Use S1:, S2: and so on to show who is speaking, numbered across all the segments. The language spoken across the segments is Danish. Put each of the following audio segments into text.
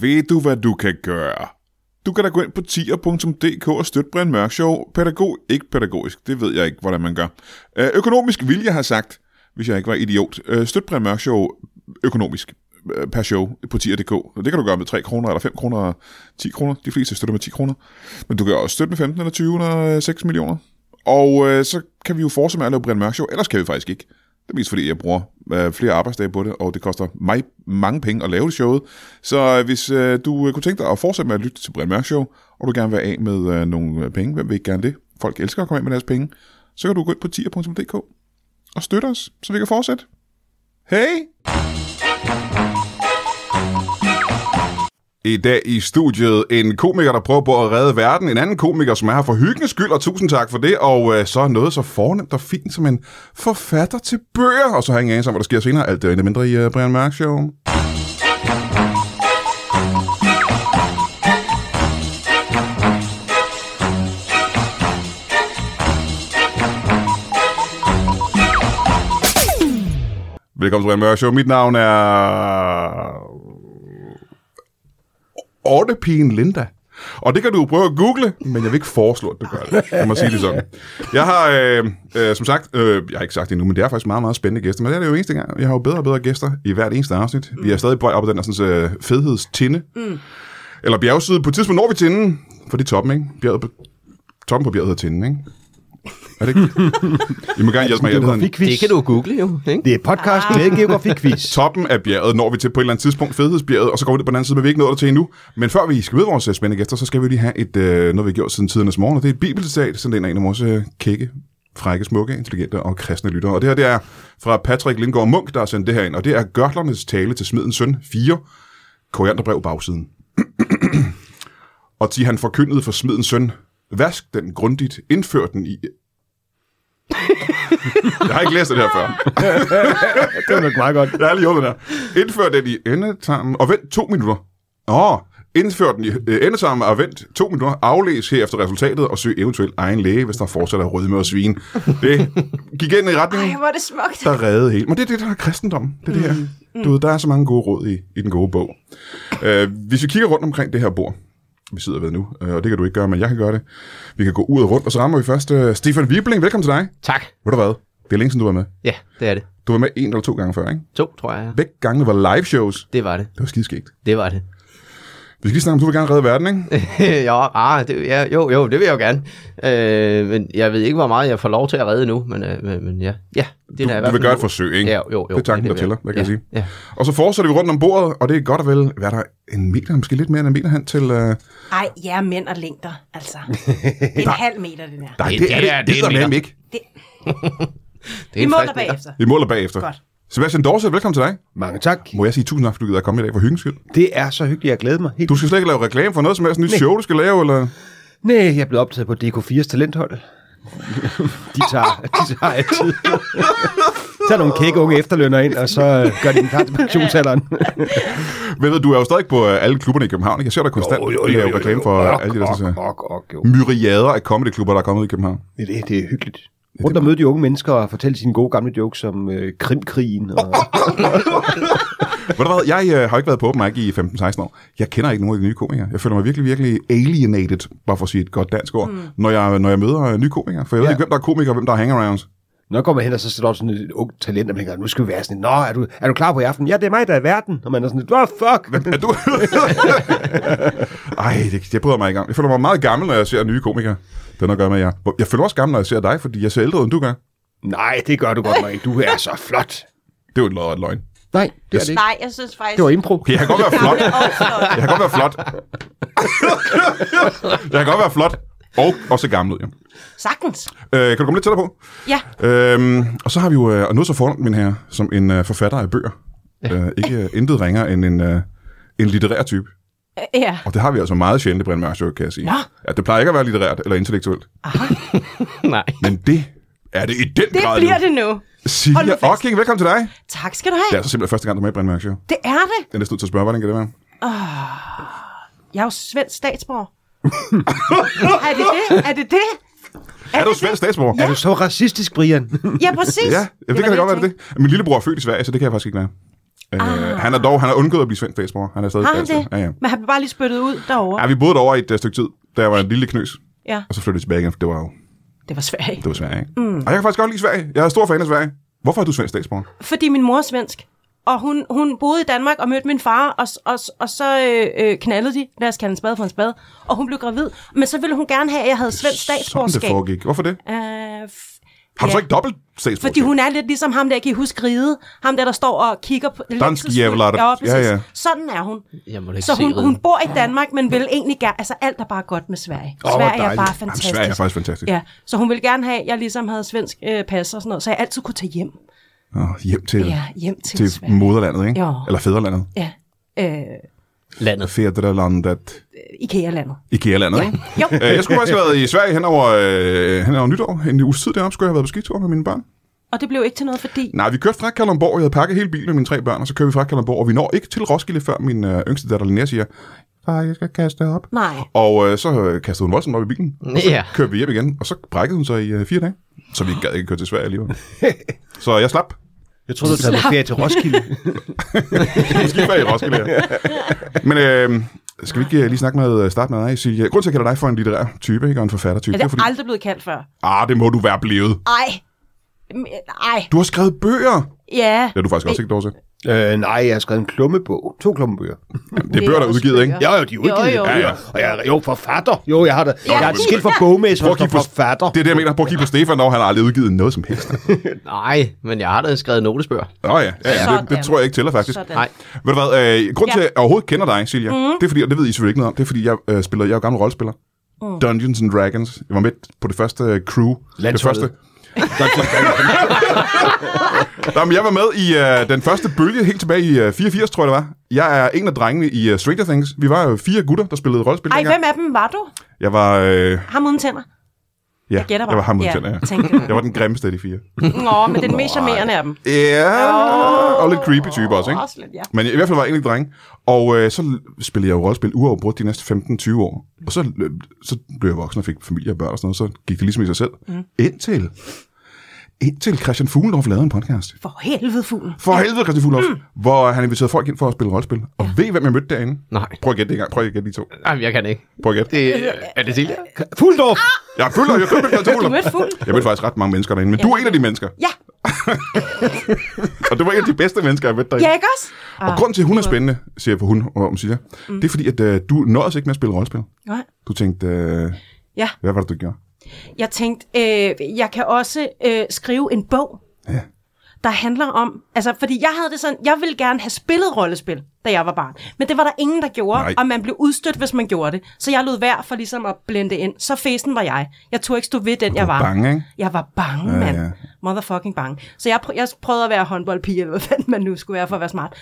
S1: Ved du, hvad du kan gøre? Du kan da gå ind på tier.dk og støtte Brian Mørk Show. Pædagog, ikke pædagogisk. Det ved jeg ikke, hvordan man gør. Øh, økonomisk vilje har sagt, hvis jeg ikke var idiot. Øh, støt Brian Mørk Show økonomisk øh, per show på tier.dk. Og det kan du gøre med 3 kroner, eller 5 kroner, og 10 kroner. De fleste støtter med 10 kroner. Men du kan også støtte med 15 eller 20 eller øh, 6 millioner. Og øh, så kan vi jo fortsætte med at lave Brian Mørk Show. Ellers kan vi faktisk ikke. Det er mest fordi, jeg bruger øh, flere arbejdsdage på det, og det koster mig mange penge at lave det showet. Så øh, hvis øh, du øh, kunne tænke dig at fortsætte med at lytte til Brian Mørk Show, og du gerne vil af med øh, nogle øh, penge, hvem vil ikke gerne det? Folk elsker at komme af med deres penge. Så kan du gå ind på tier.dk og støtte os, så vi kan fortsætte. Hej! I dag i studiet en komiker, der prøver på at redde verden. En anden komiker, som er her for hyggens skyld, og tusind tak for det. Og øh, så noget så fornemt og fint som en forfatter til bøger. Og så har jeg ingen anelse om, hvad der sker senere. Alt det og intet mindre i øh, Brian Mørk Show. Velkommen til Brian Mørk Show. Mit navn er... Ortepigen Linda. Og det kan du prøve at google, men jeg vil ikke foreslå, at du gør det. Lad mig sige det sådan. Jeg har, øh, øh, som sagt, øh, jeg har ikke sagt det endnu, men det er faktisk meget, meget spændende gæster. Men det er det jo eneste gang. Jeg har jo bedre og bedre gæster i hvert eneste afsnit. Vi er stadig på vej op ad den der sådan, øh, fedhedstinde. Mm. Eller bjergside. På et tidspunkt når vi tinden, for det er toppen, ikke? Bjerget på, toppen på bjerget hedder tinden, ikke? Er det ikke? I må gerne hjælpe mig. her. Det hedder en-
S2: Geografiquiz.
S3: Det kan du google jo, ikke? Ah.
S2: Det er podcast med geografiquiz.
S1: toppen af bjerget når vi til på et eller andet tidspunkt, Fedhedsbjerget, og så går vi ned på den anden side, men vi er ikke nået der til endnu. Men før vi skal møde vores øh, spændende gæster, så skal vi lige have et, øh, noget, vi har gjort siden tidernes morgen, og det er et bibelcitat, sådan en af en af vores øh, kække, frække, smukke, intelligente og kristne lyttere. Og det her, det er fra Patrick Lindgaard Munk, der har sendt det her ind, og det er Gørtlernes tale til smidens søn 4, korianderbrev bagsiden. og til han forkyndede for smidens søn, vask den grundigt, indfør den i... Jeg har ikke læst det her før.
S2: Det var nok meget godt.
S1: Jeg har lige hjulpet der. Indfør den i endetarmen og vent to minutter. Åh, indfør den i øh, endetarmen og vent to minutter. Aflæs herefter resultatet og søg eventuelt egen læge, hvis der fortsat er rødme og svin. Det gik ind i retning,
S4: Ej, hvor er det smukt.
S1: der reddede helt. Men det er det, der er kristendommen. Det er det her. Du ved, der er så mange gode råd i, i den gode bog. Øh, hvis vi kigger rundt omkring det her bord, vi sidder ved nu, øh, og det kan du ikke gøre, men jeg kan gøre det. Vi kan gå ud og rundt, og så rammer vi først øh, Stefan Wibling. Velkommen til dig.
S3: Tak.
S1: Ved du hvad? Det er længe siden, du var med.
S3: Ja, det er det.
S1: Du var med en eller to gange før, ikke?
S3: To, tror jeg.
S1: Begge gangene var live shows.
S3: Det var det.
S1: Det var skideskægt.
S3: Det var det.
S1: Vi skal lige snakke om, du vil gerne redde verden, ikke?
S3: jo, ah, det, ja, jo, jo, det vil jeg jo gerne. Øh, men jeg ved ikke, hvor meget jeg får lov til at redde nu, men, øh, men, men ja. ja det er da i
S1: Du
S3: hvert fald
S1: vil gøre et
S3: noget.
S1: forsøg, ikke?
S3: Ja, jo, jo.
S1: Det er tanken, der
S3: vil jeg.
S1: tæller, hvad kan jeg
S3: ja,
S1: sige?
S3: Ja.
S1: Og så fortsætter vi rundt om bordet, og det er godt og vel, hvad er der en meter, måske lidt mere end en meter hen til... Uh... Nej,
S4: Ej, jer er mænd og længder, altså. Det er en halv meter, det der.
S1: det, det, er det,
S3: er-
S1: det,
S3: det er en meter.
S1: det, det ikke.
S3: Det
S4: Vi
S3: en
S4: måler
S3: frisk-
S4: bagefter.
S1: Vi måler bagefter.
S4: Godt.
S1: Sebastian Dorset, velkommen til dig.
S2: Mange tak.
S1: Må jeg sige tusind tak, fordi du gider at komme i dag for hyggens skyld.
S2: Det er så hyggeligt, jeg glæder mig. Helt...
S1: Du skal slet ikke lave reklame for noget som helst nyt
S2: Nej.
S1: show, du skal lave, eller...
S2: Nej, jeg blev optaget på DK4's talenthold. De tager, de tager altid. tager nogle kække unge efterlønner ind, og så øh, gør de den klar til pensionsalderen.
S1: Hvad ved du, er jo stadig på øh, alle klubberne i København, ikke? Jeg ser dig konstant lave reklame for øh, alle de der sådan, øh,
S2: ok, ok, jo.
S1: myriader af comedyklubber, der er kommet i København.
S2: Det, det, det er hyggeligt. Rundt og møde de unge mennesker og fortælle sine gode gamle jokes om øh, krimkrigen. Og...
S1: Ved du hvad, jeg øh, har ikke været på open mic i 15-16 år. Jeg kender ikke nogen af de nye komikere. Jeg føler mig virkelig, virkelig alienated, bare for at sige et godt dansk ord, mm. når, jeg, når jeg møder øh, nye komikere. For jeg ved
S2: Ja.
S1: ikke, hvem der er komikere, og hvem der er hangarounds.
S2: Når jeg kommer hen, og så sætter op sådan et ungt talent, og man tænker, nu skal vi være sådan, Nå, er du, er du klar på i aften? Ja, det er mig, der er verden. Og man er sådan, lidt, Åh, fuck.
S1: Er du? Ej, det, det bryder mig ikke om. Jeg føler mig meget gammel, når jeg ser nye komikere. Det er noget at gøre med jer. Jeg føler mig også gammel, når jeg ser dig, fordi jeg ser ældre, end du gør.
S2: Nej, det gør du godt, Marie. Du er så flot.
S1: Det er jo et lodret løgn.
S2: Nej, det er det ikke.
S4: Nej, jeg synes faktisk...
S2: Det var impro.
S1: Jeg kan godt være flot.
S4: Og flot.
S1: Jeg kan godt være flot. jeg kan godt være flot. Og også gammel, ja.
S4: Sagtens.
S1: Øh, kan du komme lidt tættere på?
S4: Ja,
S1: Øhm, og så har vi jo øh, og noget så fornemt, min her, som en øh, forfatter af bøger. Øh, ikke øh, intet ringer end en, øh, en litterær type.
S4: øh, ja.
S1: Og det har vi altså meget sjældent i Brian Mørk Show, kan jeg sige.
S4: Nå.
S1: Ja, det plejer ikke at være litterært eller intellektuelt.
S3: Nej.
S1: Men det er det i den
S4: Det
S1: grad
S4: bliver
S1: nu.
S4: det nu. Hold nu
S1: Silja
S4: fast.
S1: Ocking, velkommen til dig.
S4: Tak skal du
S1: Det er
S4: have.
S1: altså simpelthen første gang, du er med i Brian Mørk Show.
S4: Det er det.
S1: Jeg er næsten nødt til at spørge, hvordan kan det være?
S4: Jeg er jo svensk statsborger. er det det? Er det det?
S1: Er du svensk statsborger?
S2: Er du så racistisk, Brian?
S4: Ja, præcis.
S1: Ja, det, det kan da godt være det. Min lillebror er født i Sverige, så det kan jeg faktisk ikke være. Øh, han, er dog, han har undgået at blive svensk statsborger. Han er stadig
S4: Ah. Har han
S1: dansker.
S4: det?
S1: Ja, ja.
S4: Men han blev bare lige spyttet ud derovre.
S1: ja, vi boede derovre i et øh, stykke tid, da jeg var en lille knøs.
S4: Ja,
S1: Og så flyttede jeg tilbage igen, for det var jo
S4: det var Sverige.
S1: det var Sverige. Ikke? Mm. Og jeg kan faktisk godt lide Sverige. Jeg er stor fan af Sverige. Hvorfor er du svensk statsborger?
S4: Fordi min mor er svensk. Og hun, hun boede i Danmark og mødte min far, og, s- og, s- og så øh, øh, knaldede de. Lad os kalde en spade for en spade. Og hun blev gravid. Men så ville hun gerne have, at jeg havde svensk
S1: Sådan det
S4: statsborgerskab.
S1: foregik. Hvorfor det?
S4: Øh, f-
S1: Har du
S4: Ja.
S1: så ikke dobbelt statsborgerskab?
S4: fordi hun er lidt ligesom ham der, kan I huske ride? Ham der, der står og kigger på...
S1: Dansk
S4: Lexus-
S1: jævler, der-
S4: Ja, præcis.
S1: Ja,
S4: Ja,
S1: ja.
S4: ja. Sådan er hun.
S5: Jeg må da ikke
S4: Så hun,
S5: se
S4: hun bor i Danmark, men vil egentlig gerne... Altså, alt er bare godt med Sverige.
S1: Åh, hvor
S4: Sverige er
S1: dejligt.
S4: bare
S1: Jamen,
S4: fantastisk.
S1: Sverige er faktisk fantastisk.
S4: Ja, så hun ville gerne have, at jeg ligesom havde svensk øh, pas og sådan noget, så jeg altid kunne tage hjem.
S1: Åh, hjem til,
S4: Ja, hjem til,
S1: til
S4: Sverige.
S1: moderlandet, ikke?
S4: Jo.
S1: Eller fædrelandet.
S4: Ja, øh,
S5: landet.
S1: Fædrelandet.
S4: IKEA-landet.
S1: Ikea-landet, ikke?
S4: Jo,
S1: Øh, jeg skulle faktisk have været i Sverige hen over, øh, hen over nytår. En uges tid deroppe skulle jeg have været på skitur med mine børn.
S4: og det blev ikke til noget, fordi...
S1: Nej, vi kørte fra Kalundborg. Jeg havde pakket hele bilen med mine tre børn, og så kører vi fra Kalundborg. Og vi når ikke til Roskilde, før min øh, yngste datter Linnea siger, far, jeg skal kaste op.
S4: Nej,
S1: Og øh, så øh, kastede hun voldsomt op i bilen. Og så
S5: Ja.
S1: kørte vi hjem igen, og så brækkede hun sig i øh, fire dage. Så vi gad ikke køre til Sverige alligevel. så jeg slap.
S2: Jeg troede, du havde på ferie til Roskilde.
S1: Måske bag i Roskilde. ja. Men øh, skal vi ikke øh, lige snakke med øh, starte med dig, Silje? Grunden til, at jeg kalder dig for en litterær type, ikke? Og en forfattertype.
S4: er
S1: Det
S4: det
S1: er fordi,
S4: er aldrig blevet kaldt før.
S1: ah, det må du være blevet.
S4: Ej, Men, ej,
S1: Du har skrevet bøger.
S4: ja.
S1: Det er du faktisk også ikke dårlig til.
S2: øh, nej, jeg har skrevet en klummebog. To klummebøger.
S1: Det er bøger, der er
S4: også
S1: udgivet, ikke?
S4: bøger.
S2: Jo, jo, de er udgivet.
S4: jo.
S2: Ja, ja. Og jeg er jo forfatter. Jo, jeg har da. jeg har
S4: men-
S2: et skilt for bogmester
S1: Prøv at
S2: og
S1: kigge på-
S2: forfatter.
S1: Det er det, jeg mener. Prøv at kigge på Stefan, når han har aldrig udgivet noget som helst.
S5: Nej, men jeg har da skrevet notesbøger.
S1: Nå ja, ja, ja. Det, det,
S4: Sådan.
S1: tror jeg ikke tæller faktisk.
S4: Sådan.
S5: Nej,
S1: Ved du hvad, øh, grund til,
S4: Ja.
S1: at jeg overhovedet kender dig, Silja, mm. det er fordi, og det ved I selvfølgelig ikke noget om, det er fordi, jeg øh, spiller, jeg er jo gammel rollespiller. Mm. Dungeons and Dragons. Jeg var med på det første øh, crew. Det
S2: Landsholdet.
S1: første. Nå, men jeg var med i øh, den første bølge, helt tilbage i øh, 84, tror jeg det var. Jeg er en af drengene i øh, Stranger Things. Vi var jo fire gutter, der spillede rollespil.
S4: Ej,
S1: dengang.
S4: hvem af dem var du?
S1: Jeg var, øh,
S4: Ham uden tænder.
S1: ja, jeg,
S4: gætter bare.
S1: var ham uden
S4: Ja,
S1: tænder,
S4: tænkte
S1: ja.
S4: jeg.
S1: Jeg var den grimmeste af de fire.
S4: Nå, men den mest charmerende af dem.
S1: Ja, yeah. og lidt creepy type også, ikke?
S4: Også lidt, ja.
S1: Men i hvert fald var jeg egentlig dreng. Og øh, så l- spillede jeg jo rollespil uafbrudt de næste 15-20 år. Og så, øh, så blev jeg voksen og fik familie og børn og sådan noget. Så gik det ligesom i sig selv. Mm. Indtil, indtil Christian Fuglendorf lavede en podcast.
S4: For helvede fuglen.
S1: For helvede, Christian Fuglendorf. Mm. Hvor han inviterede folk ind for at spille rollespil. Og ved I, hvem jeg mødte derinde?
S5: nej.
S1: Prøv at gætte det engang. Prøv at gætte de to.
S5: Nej, jeg kan ikke.
S1: Prøv at gætte.
S5: Det, er det Silja?
S2: Fuldorf!
S1: Jeg følger, jeg følger Christian
S4: Du
S1: Fuglendorf.
S4: mødte fuglen?
S1: Jeg mødte faktisk ret mange mennesker derinde, men du er en af de mennesker.
S4: Ja,
S1: Og det var en af de bedste mennesker, jeg mødte derinde.
S4: ja ikke også?
S1: Og grunden til, at hun er spændende, siger jeg på hun og om siger, mm. det er fordi, at øh, du nåede os ikke med at spille rollespil.
S4: Nej.
S1: Du tænkte, øh,
S4: Ja,
S1: hvad var det, du gjorde?
S4: jeg tænkte, øh, jeg kan også øh, skrive en bog,
S1: Ja.
S4: der handler om... Altså, fordi jeg havde det sådan, jeg ville gerne have spillet rollespil, da jeg var barn. Men det var der ingen, der gjorde,
S1: Nej.
S4: Nej. og man blev udstødt, hvis man gjorde det. Så jeg lod værd for ligesom at blende ind. Så fesen var jeg. Jeg tog ikke stå ved den, jeg
S1: var
S4: var.
S1: bange, ikke?
S4: Jeg var bange,
S1: Ja,
S4: ja, mand.
S1: ja.
S4: Ja. Motherfucking bange. Så jeg, prø- jeg prøvede at være håndboldpige, eller hvad fanden man nu skulle være for at være smart.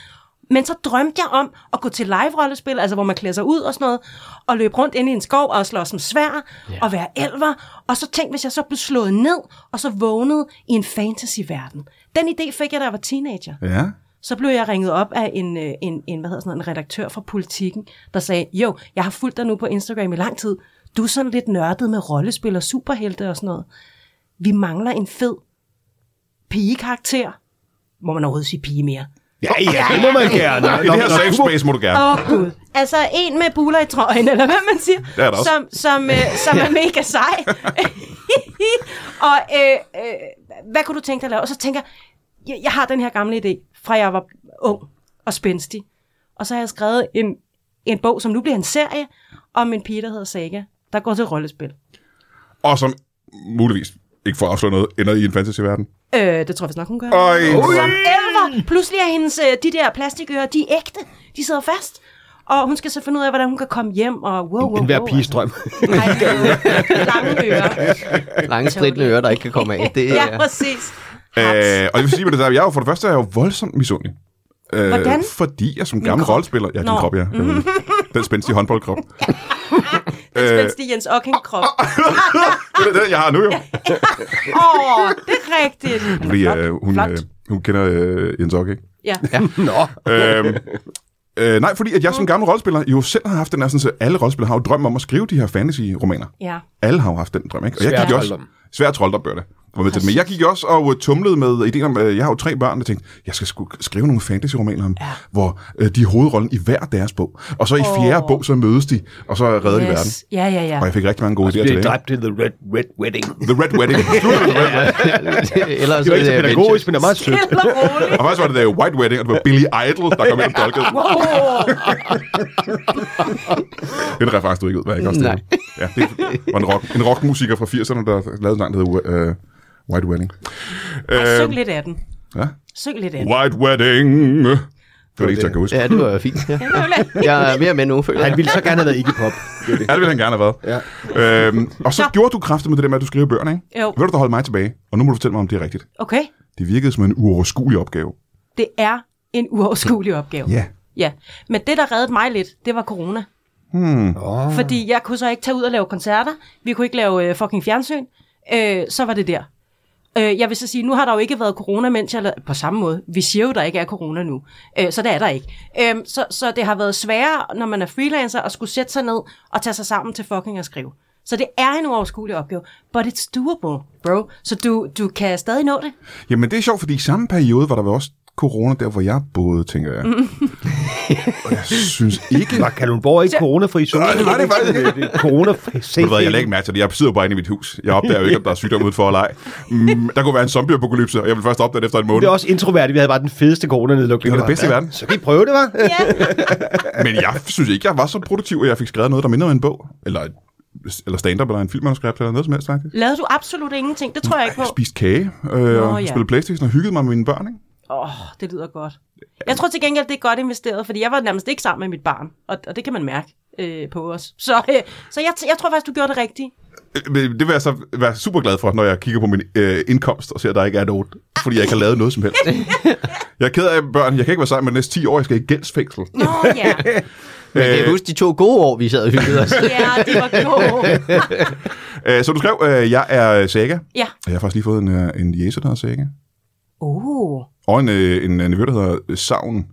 S4: Men så drømte jeg om at gå til live-rollespil, altså hvor man klæder sig ud og sådan noget, og løbe rundt ind i en skov og slå som svær, ja. og være elver, og så tænk, hvis jeg så blev slået ned, og så vågnede i en fantasy-verden. Den idé fik jeg, da jeg var teenager.
S1: Ja.
S4: Så blev jeg ringet op af en, øh, en, en, hvad hedder sådan noget, en redaktør fra Politiken, der sagde, jo, jeg har fulgt dig nu på Instagram i lang tid. Du er sådan lidt nørdet med rollespil og superhelte og sådan noget. Vi mangler en fed pigekarakter. Må man overhovedet sige pige mere?
S2: Ja, ja, det må man gerne.
S1: I det her safe space må du gerne.
S4: Åh, oh, Gud. Altså, en med buler i trøjen, eller hvad man siger,
S1: er der også.
S4: som, som, øh, som er mega sej. og øh, øh, hvad kunne du tænke dig at lave? Og så tænker jeg, jeg, jeg har den her gamle idé, fra jeg var ung og spændstig. Og så har jeg skrevet en, en bog, som nu bliver en serie, om en pige, der hedder Saga, der går til rollespil.
S1: Og som muligvis, ikke for at afsløre noget, ender i en fantasyverden.
S4: Øh, det tror jeg vist nok, hun gør.
S1: Øj.
S4: Som elver. Pludselig er hendes, øh, de der plastikører, de er ægte. De sidder fast. Og hun skal så finde ud af, hvordan hun kan komme hjem, og wow, wow, wow.
S2: En hver
S4: altså.
S2: piges drøm.
S4: Nej, det er jo lange ører.
S5: Lange stridende ører, der ikke kan komme af. Det er,
S4: Ja, præcis.
S1: Øh, og jeg vil sige med det der, jeg er jo for det første er jeg jo voldsomt misundelig. Øh,
S4: Hvordan?
S1: Fordi jeg som gammel
S4: krop?
S1: rollespiller... Ja, din
S4: Nå. Mhm.
S1: krop, ja. Jeg ved det. Den spændstige håndboldkrop.
S4: Den
S1: øh,
S4: spændstige Jens Ocking-krop.
S1: Det er den, jeg har nu jo.
S4: Åh, oh, det er rigtigt.
S1: Fordi øh, hun,
S4: Flot.
S1: øh, hun kender øh, Jens Ock, ikke?
S4: Ja.
S2: Nå,
S1: øhm, øh, nej, fordi at jeg som gammel rollespiller jo selv har haft den her, sådan, så alle rollespillere har jo drømmen om at skrive de her fantasy-romaner.
S4: ja.
S1: Alle har jo haft den drøm, ikke? Og jeg
S2: Svær
S1: gik også...
S2: trolddom.
S1: Svært trolddom, bør det. Var med til det. Men jeg gik også og øh, tumlede med ideen om, øh, jeg har jo tre børn, og tænkte, jeg skal sgu skrive nogle fantasy-romaner om, ja. hvor øh, de er hovedrollen i hver deres bog. Og så i fjerde
S4: Åh.
S1: bog, så mødes de, og så redder yes. de verden.
S4: Ja, ja, ja.
S1: Og jeg fik rigtig mange gode idéer til
S2: Bliver
S1: Altså, det.
S2: dræbt i The Red, Red Wedding.
S1: The Red Wedding. Slutter med The Red Wedding.
S5: Ellers øh,
S2: Det var ikke så
S5: er det ligesom
S2: pædagogisk, men det er meget sødt.
S4: Eller roligt.
S1: Og faktisk var det der White Wedding, og det var Billy Idol, der kom ind og dolkede. den.
S4: Wow.
S1: Det er der faktisk du ikke ud, hvad jeg ikke også
S5: Nej.
S1: tænkte. Ja, det var en, rock, en rockmusiker fra 80'erne, der lavede en sang, der hed øh, White Wedding. Øh,
S4: Ej, syng lidt af den.
S1: Ja.
S4: Syng lidt af den.
S1: White Wedding. Det var det eneste, jeg kan huske.
S5: Ja, det var fint. Ja.
S4: Det er jo lidt-
S5: Jeg er mere med nu, føler
S2: Han
S5: jeg.
S2: ville så gerne have været Iggy Pop.
S1: Ja, det ville han gerne have været. Ja. Øhm, og så gjorde du kraftigt med det der med, at du skriver bøgerne, ikke?
S4: Jo.
S1: Ved du, der holdt mig tilbage? Og nu må du fortælle mig, om det er rigtigt.
S4: Okay.
S1: Det virkede som en uoverskuelig opgave.
S4: Det er en uoverskuelig opgave.
S1: Ja.
S4: Ja, men det, der reddede mig lidt, det var corona. Hmm. Oh. Fordi jeg kunne så ikke tage ud og lave koncerter. Vi kunne ikke lave øh, fucking fjernsyn. Øh, så var det der. Øh, jeg vil så sige, nu har der jo ikke været corona, mens jeg lavede... På samme måde. Vi siger jo, der ikke er corona nu. Øh, så det er der ikke. Øh, så, så det har været sværere, når man er freelancer, at skulle sætte sig ned og tage sig sammen til fucking at skrive. Så det er en uoverskuelig opgave. But it's doable, bro. Så du, du kan stadig nå det.
S1: Jamen, det er sjovt, fordi i samme periode var der vel også corona, der hvor jeg boede, tænker jeg. og jeg synes ikke...
S2: Var Kalundborg ikke coronafri? Så
S1: Nej, det var det faktisk ikke.
S2: det. Coronafri.
S1: Ved du hvad, jeg lægger ikke mærke til det. Jeg sidder jo bare inde i mit hus. Jeg opdager jo ikke, om der er sygdom udenfor eller ej. Mm, der kunne være en zombieapokalypse, og jeg vil først opdage det efter en
S2: Det
S1: måned.
S2: er også introvert, vi havde bare den fedeste coronanedlukning.
S1: Det var det bedste i verden.
S2: Så kan I prøve det, var?
S1: Men jeg synes ikke, jeg var så produktiv, at jeg fik skrevet noget, der minder om en bog. Eller, eller stand-up, eller en filmmanuskript, eller noget som helst, faktisk.
S4: Lavede du absolut ingenting? Det tror jeg ikke på.
S1: Jeg spiste kage, øh, og
S4: ja.
S1: spillede Playstation, og hyggede mig med mine børn, ikke?
S4: Åh, oh, det lyder godt. Jeg tror til gengæld, det er godt investeret, fordi jeg var nærmest ikke sammen med mit barn, og, og det kan man mærke øh, på os. Så, øh, så jeg, jeg tror faktisk, du gjorde det rigtigt.
S1: Øh, men Det vil jeg så være super glad for, når jeg kigger på min øh, indkomst og ser, at der ikke er noget, fordi jeg ikke har lavet noget som helst. Jeg er ked af børn. Jeg kan ikke være sammen med de næste 10 år. Jeg skal i gældsfængsel.
S4: Nå ja,
S5: Men kan jeg huske de to gode år, vi sad og hyggede os.
S4: ja det var klogt.
S1: Øh, så du skrev, øh, jeg er Saga.
S4: Ja.
S1: Og Jeg har faktisk lige fået en, øh, en jæse, der hedder Saga.
S4: Oh,
S1: Og en, øh, en, en nevø, der hedder øh, Savn.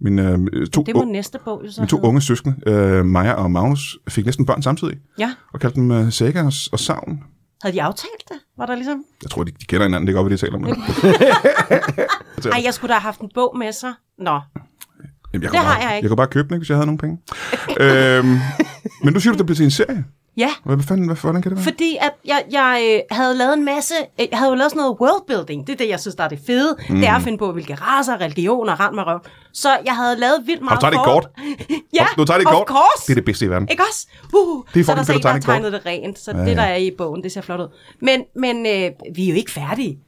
S1: Min, øh, to,
S4: det må
S1: u-
S4: næste bog jo så
S1: mine to
S4: hedde.
S1: unge søskende, øh, Maja og Magnus, fik næsten børn samtidig.
S4: Ja,
S1: Og kaldte dem øh, Saga og, og Savn.
S4: havde de aftalt det? Var der ligesom...
S1: Jeg tror, de, de kender hinanden. Det går, vi det taler om. Jamen,
S4: Ej, jeg skulle da have haft en bog med sig. Nå,
S1: jeg det
S4: har
S1: bare,
S4: jeg ikke.
S1: Jeg kunne bare købe den, ikke, hvis jeg havde nogle penge. øhm, men du siger, du, det bliver til en serie.
S4: ja.
S1: Hvad fanden, hvad, hvordan kan det være?
S4: Fordi at jeg, jeg øh, havde lavet en masse, øh, jeg havde jo lavet sådan noget worldbuilding. Det er det, jeg synes, der er det fede. Mm. Det er at finde på, hvilke raser, religioner, rand med røv. Så jeg havde lavet vildt
S1: du
S4: meget...
S1: taget det
S4: forud. ja,
S1: du tager det
S4: of
S1: kort.
S4: course.
S1: Det er det bedste i verden.
S4: Ikke også? Uh,
S1: Det er
S4: så er der
S1: fucking fedt
S4: så
S1: at
S4: ikke, der
S1: tegne
S4: har
S1: et kort.
S4: tegnet det rent. Så ja, det, der er i bogen, det ser flot ud. Men, men øh, vi er jo ikke færdige.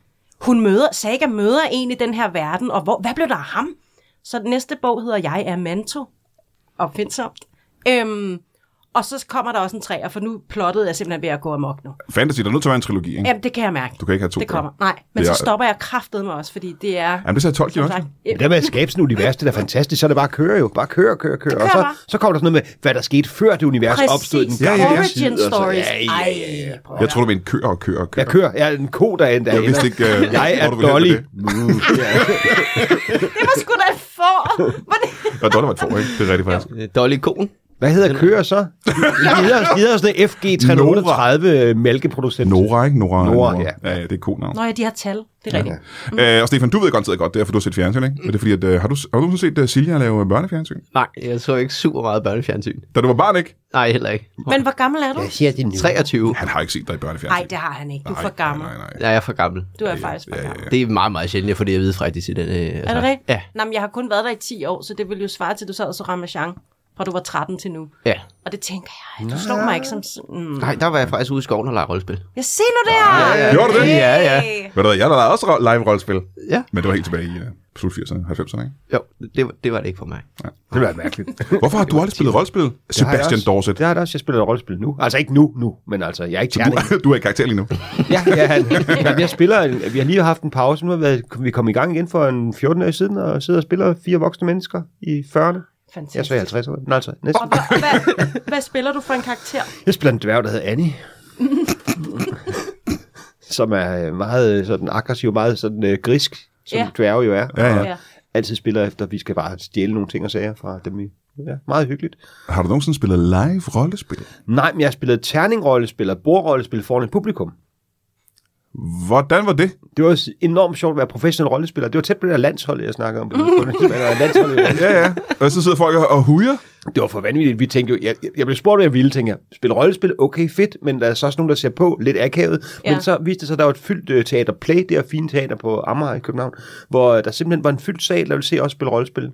S4: Hun møder, Saga møder en i den her verden, og hvor, hvad blev der af ham? Så den næste bog hedder Jeg er Manto. Opfindsomt. Øhm, og så kommer der også en træer, for nu plottet er simpelthen ved at gå amok nu.
S1: Fantasy, der er nødt til at være en trilogi, ikke?
S4: Jamen, det kan jeg mærke.
S1: Du kan ikke have to
S4: Det
S1: bøger.
S4: kommer. Nej, men
S1: Det
S4: så
S1: er-
S4: stopper jeg kraftet med også, fordi det er...
S1: Jamen, det sagde Tolkien også.
S4: Tak.
S2: Men det med at skabe sådan et univers, det er da fantastisk. Så er det bare at køre jo. Bare køre, køre, køre. Og
S4: kører
S2: så,
S4: bare.
S2: så kommer der sådan noget med, hvad der skete før det univers
S4: Præcis.
S2: opstod. i Den
S1: Ja, ja, ja.
S4: Origin
S2: tid, og så-
S4: stories.
S2: Ja, ja, ja, ja.
S4: Ej, prøv at
S1: Jeg tror, du var en køer og køer og køer.
S2: Jeg kører. Jeg er en ko, der endda
S1: Jeg vidste ikke, øh,
S2: jeg
S1: hvor
S2: er
S1: du ville hen
S2: Dolly.
S1: med
S4: Det var sgu da for. Hvordan-
S2: Mm.
S1: Og Dolly var to, ikke? Det er rigtigt faktisk.
S5: Øh, Dolly Koen.
S2: Hvad hedder køer så? Videre, videre sådan et FG338 mælkeproducent.
S1: Nora, ikke? Nora,
S2: Nora, ja.
S1: ja. ja. det er cool navn.
S4: Nå mm. ja, de har tal. Det er rigtigt.
S1: Øh, og Stefan, du ved godt, godt, det er, for du har set fjernsyn,
S4: Mm.
S1: ikke? Men det er fordi, at, øh, har du, har du set uh, Silja lave børnefjernsyn?
S5: Nej, jeg så ikke super meget børnefjernsyn.
S1: Da du var barn, ikke?
S5: Nej, heller ikke.
S4: Men hvor gammel er du?
S2: Jeg siger, det er nu.
S5: 23.
S1: Han har ikke set dig i børnefjernsyn.
S4: Nej, det har han ikke. Du er
S1: Nej,
S4: for gammel.
S1: Nej, nej, nej.
S5: Ja, jeg er for gammel.
S4: Du er faktisk for
S1: ja, ja,
S4: gammel.
S5: Det er meget, meget sjældent, jeg får det at vide fra i den. Øh,
S4: Er
S5: altså.
S4: det rigtigt?
S5: Ja.
S4: Nå, men jeg har kun været der i 10 år, så det ville jo svare til, at du sad og så Ramachan, fra du var 13 til nu.
S5: ja.
S4: Og det tænker jeg, du slog mig ikke som... s- Mm.
S5: Nej, der var jeg faktisk ude i skoven og lege rollespil.
S4: Jeg ser nu der!
S1: ja. Gjorde du det?
S5: Ja, ja.
S4: Hey!
S1: Ved du hvad, jeg lavede også ro- live-rollespil.
S5: Ja,
S1: Men det var helt tilbage i uh, slut 80'erne, 90'erne, ikke?
S5: jo, det, var- det var det ikke for mig.
S2: Det var mærkeligt.
S1: Hvorfor har du aldrig spillet rollespil, Sebastian Dorset?
S2: Det har jeg også. Jeg spiller rollespil nu. Altså ikke nu, nu, men altså, jeg er ikke
S1: Du,
S2: terning.
S1: du er i karakter lige nu.
S2: Ja, ja, han, jamen, jeg spiller, en- vi har lige haft en pause, nu har vi været- vi kom i gang igen for en 14 år siden, og sidder og spiller fire voksne mennesker i 40'erne. Jeg er
S4: Fantastisk.
S2: så i 50 år. Nej, altså, næsten.
S4: Og hvad, hvad, hvad spiller du for en karakter?
S2: Jeg spiller en dværg, der hedder Annie. som er øh, meget øh, sådan aggressiv, meget sådan øh, grisk, som
S4: Ja.
S2: ja. dværge jo er.
S1: Ja, ja.
S4: Ja.
S2: Altid spiller efter, vi skal bare stjæle nogle ting og sager fra dem. vi- Ja, meget hyggeligt.
S1: Har du nogensinde spillet live-rollespil?
S2: Nej, men jeg har spillet terningrollespil og bordrollespil foran et publikum.
S1: Hvordan var det?
S2: Det var også enormt sjovt at være professionel rollespiller. Det var tæt på det der landshold, jeg snakker om. Det var landsholdet.
S1: Ja, ja. Og så sidder folk og- og hujer.
S2: Det var for vanvittigt. Vi tænkte jo, jeg, jeg blev spurgt, hvad jeg ville, tænkte jeg. Spille rollespil, okay, fedt, men der er så også nogen, der ser på, lidt akavet. Ja.
S4: Ja.
S2: Men så viste det sig, at der var et fyldt øh, teater Play, det her fine teater på Amager i København, hvor øh, der simpelthen var en fyldt sal, der ville se os spille rollespil.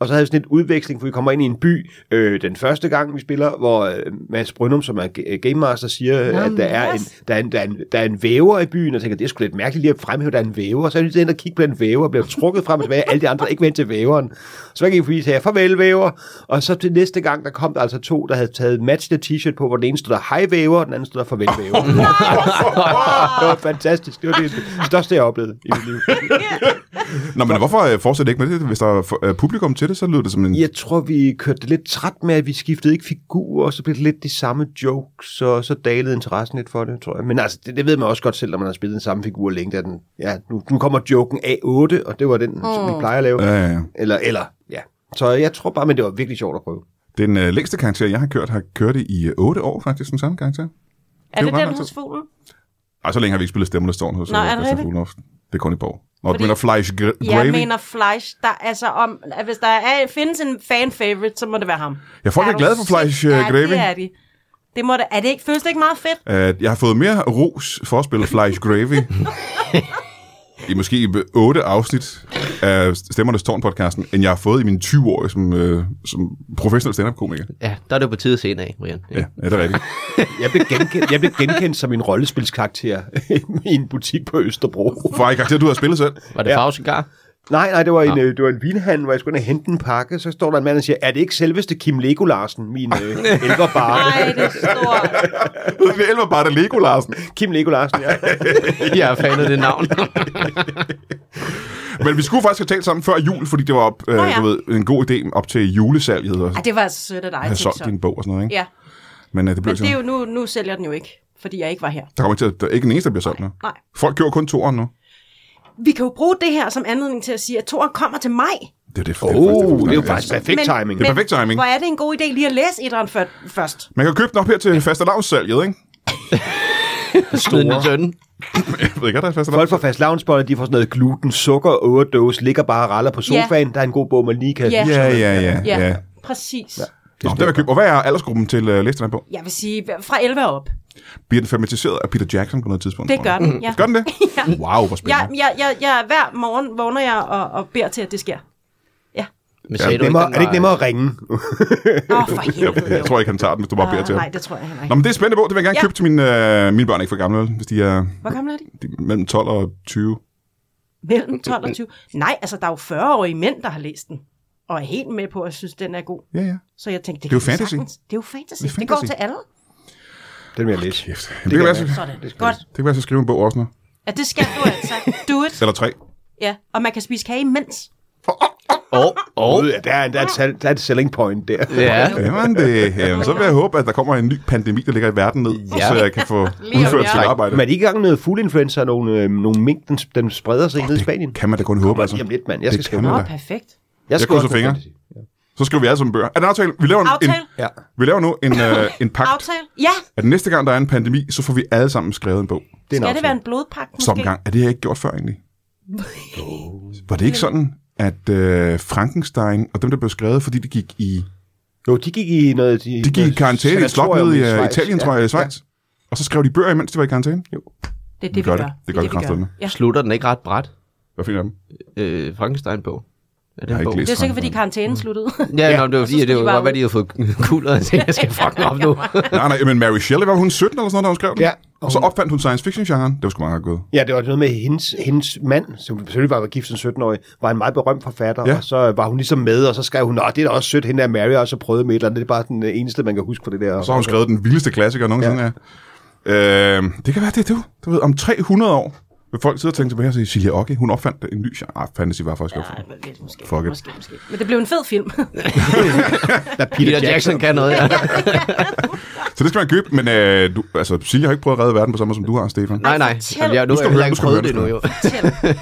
S2: Og så havde vi sådan en udveksling, for vi kommer ind i en by øh, den første gang, vi spiller, hvor øh, Mads Brynum, som er ga- game master, siger, øh, at
S4: Jamen,
S2: der er, en,
S4: yes.
S2: der, er en, der, er en, der er en væver i byen, og tænker, det er sgu lidt mærkeligt lige at fremhæve, der er en væver. Så er jeg nødt til at kigge på den væver, og bliver trukket frem og tilbage, alle de andre ikke vendt til væveren. Så jeg gik forbi og sagde, farvel væver. Og så til næste gang, der kom der altså to, der havde taget matchende t-shirt på, hvor den ene stod der, hej væver, og den anden stod der, farvel væver. det var fantastisk. Det var det største, jeg oplevede i mit liv.
S1: Nå, men hvorfor øh, fortsætter I ikke med det? Hvis der er øh, publikum til det, så lyder det som en...
S2: Jeg tror, vi kørte det lidt træt med, at vi skiftede ikke figurer, og så blev det lidt de samme jokes, og så dalede interessen lidt for det, tror jeg. Men altså, det, det ved man også godt selv, når man har spillet den samme figur længe. Der den, ja, nu, nu kommer joken A8, og det var den, mm. som vi plejer at lave.
S1: Ja, ja, ja.
S2: Eller, eller, ja. Så jeg tror bare, men det var virkelig sjovt at prøve.
S1: Den øh, længste karakter, jeg har kørt, har kørt i øh, 8 år faktisk, den samme karakter.
S4: Er
S1: jo ret
S4: det den
S1: lang tid.
S4: hos fuglen?
S1: Ej, så længe har vi ikke spillet Stemmelæstårn hos
S4: Nå,
S1: øh,
S4: er det
S1: Christian
S4: rigtigt?
S1: Fuglendorf. Det er kun i Borg. Når du
S4: Fordi-
S1: mener Fleisch Gr-
S4: Jeg
S1: Gravy.
S4: mener Fleisch, der, altså om, at hvis der er, findes en fan-favorite, så må det være ham.
S1: Ja, folk er
S4: du
S1: glade for Fleisch,
S4: sind-
S1: øh,
S4: Ja,
S1: Gravy.
S4: det er de. Det må det, er det ikke, føles det ikke meget fedt?
S1: Øh, jeg har fået mere ros for at spille Fleisch Gravy. I måske 8 afsnit af Stemmernes Tårn-podcasten, end jeg har fået i mine 20 år som, øh, som professionel stand-up-komiker.
S5: Ja, der er det jo på tide at se en af, Brian.
S1: Ja, er det er rigtigt.
S2: Jeg blev genkendt, jeg blev genkendt som en rollespilskarakter i en butik på Østerbro.
S1: For i karakter, du har spillet selv.
S5: Var det
S2: Ja.
S5: ja. farvesigar?
S2: Nej, nej, det var, en, øh, det var en vinhandel, hvor jeg skulle ind og hente en pakke. Så står der en mand og siger, er det ikke selveste Kim Lego Larsen, min øh, ældre bar?
S4: Nej, det er stort.
S1: Det er bare det Lego, Larsen.
S2: Kim Lego Larsen, ja.
S5: Jeg er fan af det navn.
S1: Men vi skulle faktisk have talt sammen før jul, fordi det var op, øh,
S4: ja.
S1: du ved, en god idé op til julesalget og
S4: Ej, det var altså sødt af dig,
S1: have solgt
S4: Tilson.
S1: din bog og sådan noget. Ikke?
S4: Ja,
S1: Men øh, det
S4: men
S1: blev
S4: det er
S1: sådan.
S4: jo, nu, nu sælger den jo ikke, fordi jeg ikke var her.
S1: Der kommer ikke til, at- der er ikke en eneste, der bliver solgt nu.
S4: Nej.
S1: Folk køber kun toeren nu.
S4: Vi kan jo bruge det her som anledning til at sige, at toren kommer til mig.
S1: Det er det.
S2: Åh,
S1: Oh, det er faktisk-
S2: det er jo
S1: ja.
S2: faktisk perfekt timing.
S1: Det er perfekt timing.
S4: Hvor er det en god idé lige at læse etteren før- først?
S1: Man kan købe den op her til fastelavnssalget, ikke?
S5: Smid den i sønnen.
S1: Jeg ved ikke, er der et fastelavn?
S2: Folk fra fast lavnsboller, de får sådan noget gluten, sukker, overdose, ligger bare og raller på sofaen. Der er en god bog, man lige kan...
S4: Ja.
S1: Ja, ja, ja.
S4: Ja,
S1: ja.
S4: præcis.
S1: Nå, den vil jeg købe. Og hvad er aldersgruppen til uh, listerne på?
S4: Jeg vil sige, fra 11 og op.
S1: Bliver den fermentiseret af Peter Jackson på noget tidspunkt?
S4: Det
S1: tror
S4: gør
S1: jeg?
S4: den, ja.
S1: Mm. Gør den det?
S4: Ja.
S1: Wow, hvor
S4: Jeg,
S1: spændende.
S4: jeg, jeg, jeg, hver morgen vågner jeg og, og beder til, at det sker.
S5: Men sagde du
S2: Nemmere,
S5: den
S2: er det ikke
S5: var-
S2: nemmere at ringe?
S4: Åh, oh, for helvede.
S1: Jeg tror ikke, han tager den, hvis du bare beder
S4: Ah,
S1: til ham.
S4: Nej, det tror jeg heller
S1: Nå,
S4: ikke.
S1: men det er spændende på. Det vil jeg gerne
S4: Ja.
S1: købe til mine, øh, mine børn, er ikke for gamle, vel? hvis de er,
S4: Hvor gammel er de?
S1: de er mellem 12 og 20.
S4: Mellem 12 og 20. Nej, altså, der er jo 40-årige mænd, der har læst den. Og er helt med på, at synes, den er god.
S1: Ja, ja.
S4: Så jeg tænkte, det,
S1: Det er jo
S4: kan vi
S1: fantasy.
S4: sagtens. Det er jo fantasy.
S1: Det er
S4: Det, det går
S1: fantasy.
S4: til alle.
S2: Den vil jeg læse.
S1: Kæft. Jamen, det, kan være, så,
S4: Sådan. Godt.
S1: det kan være, så skrive en bog også nu.
S4: Ja, det skal du altså. Do it.
S1: Eller tre.
S4: Ja, og man kan spise kage imens.
S5: Åh, åh.
S2: Oh. Der, er, der, er et, sal- der er et selling point der.
S5: Ja.
S1: Jamen, det, jamen, så vil jeg håbe, at der kommer en ny pandemi, der ligger i verden ned, ja.
S5: Ja.
S1: så jeg kan få
S4: om
S1: udført
S4: hjørnet.
S1: sit arbejde.
S2: Men er de ikke i gang med noget fugleinfluenza og nogle, øh, nogle mink, den, den spreder sig ned i Spanien?
S1: Kan man da kun håbe, altså.
S2: Jamen lidt, mand. Jeg skal
S1: Det
S2: skrive
S1: kan
S4: Åh,
S1: man
S4: oh,
S1: da.
S4: perfekt.
S1: Jeg
S2: skriver
S1: krydser
S2: også
S1: fingre.
S2: fantasy.
S1: Så skriver vi alle sammen bøger. Er det en aftale? Vi laver, en,
S4: Aftale.
S1: En,
S2: Ja.
S1: vi laver nu en, øh, en pagt,
S4: Aftale? Ja,
S1: at næste gang, der er en pandemi, så får vi alle sammen skrevet en bog.
S2: Det er en
S4: skal det
S2: aftale.
S4: være en blodpagt måske?
S1: Som gang. Er det her ikke gjort før, egentlig? Var det ikke sådan, at øh, Frankenstein og dem, der blev skrevet, fordi de gik i,
S2: Jo, de gik i noget... De,
S1: de gik i karantæne i et slot nede i øh, Italien, tror jeg, i
S2: Schweiz.
S1: Schweiz. Og så skrev de bøger, imens de var i karantæne.
S4: Det er det, vi
S1: gør
S4: gør.
S1: det. Det gør vi kraftedeme.
S4: Ja.
S5: Slutter den ikke ret bræt?
S1: Hvad finder dem?
S5: Øh, Frankenstein-bog. Er det
S1: Jeg har
S5: en
S1: ikke
S5: bog?
S1: læst
S4: Det er sikkert, fordi
S1: Frankenstein.
S4: karantænen sluttede.
S5: Ja, ja nå, det var fordi,
S4: skal
S5: det
S4: Altså, de
S5: var
S4: bare
S5: godt,
S4: ud.
S5: at de havde fået kugler, og tænkte, jeg skal fuck den op nu.
S1: Nej, nej, men Mary Shelley, var hun 17 eller sådan noget, da hun skrev den?
S2: Ja.
S1: Og så opfandt hun science fiction-genren. Det var sgu meget godt.
S2: Ja, det var noget med hendes, hendes mand, som selvfølgelig var gift som 17-årig, var en meget berømt forfatter,
S1: Ja.
S2: ja. og så var hun ligesom med, og så skrev hun, at det er da også sødt, hende der Mary, og så prøvede med et eller andet. Det er bare den øh, eneste, man kan huske fra det der.
S1: Så har hun skrevet den vildeste klassiker nogensinde. Ja. Øh, det kan være, det er du. Du ved, om 300 år vil folk sidde og tænke tilbage og sige, Silja Okke, hun opfandt en ny genre. Ah, fantasy var faktisk ja. opfandt.
S4: Nej, men lidt måske.
S1: Fuck it.
S4: Måske, måske. Men det blev en fed film.
S2: der
S5: Peter Jackson kan noget, ja.
S1: Så det skal man købe, men øh, du, altså, Silja har ikke prøvet at redde verden på samme måde, som du har, Stefan.
S5: Nej, nej.
S4: fortæl.
S5: Jamen, jeg, nu
S1: Nu
S5: har
S1: skal
S5: jeg
S1: du
S5: heller
S1: høre- nu
S5: ikke
S1: skal du
S5: prøvet
S1: høre
S5: det nu, jo.
S4: Fortæl.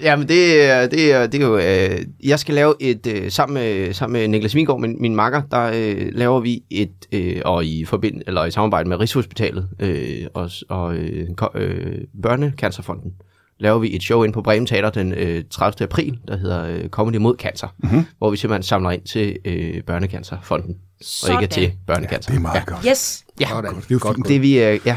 S5: Jamen, det, er- det, er- det er jo... Øh, jeg skal lave et... Øh, sammen, med, sammen med Niklas Vingård, min, min makker, der øh, laver vi et... Øh, og i forbind, eller i samarbejde med Rigshospitalet øh, og, s- og øh, ko- øh, Børnecancerfonden, laver vi et show ind på Bremen Teater den øh, 30. april, der hedder øh, Comedy mod Cancer,
S1: Mhm.
S5: mm-hmm. hvor vi simpelthen samler ind til øh, Børnecancerfonden, og ikke
S4: Sådan.
S5: til børnecancer.
S1: Det er meget ja. godt.
S4: Yes.
S5: Ja,
S2: Sådan.
S1: Det er jo fint.
S5: det vi... Øh, ja,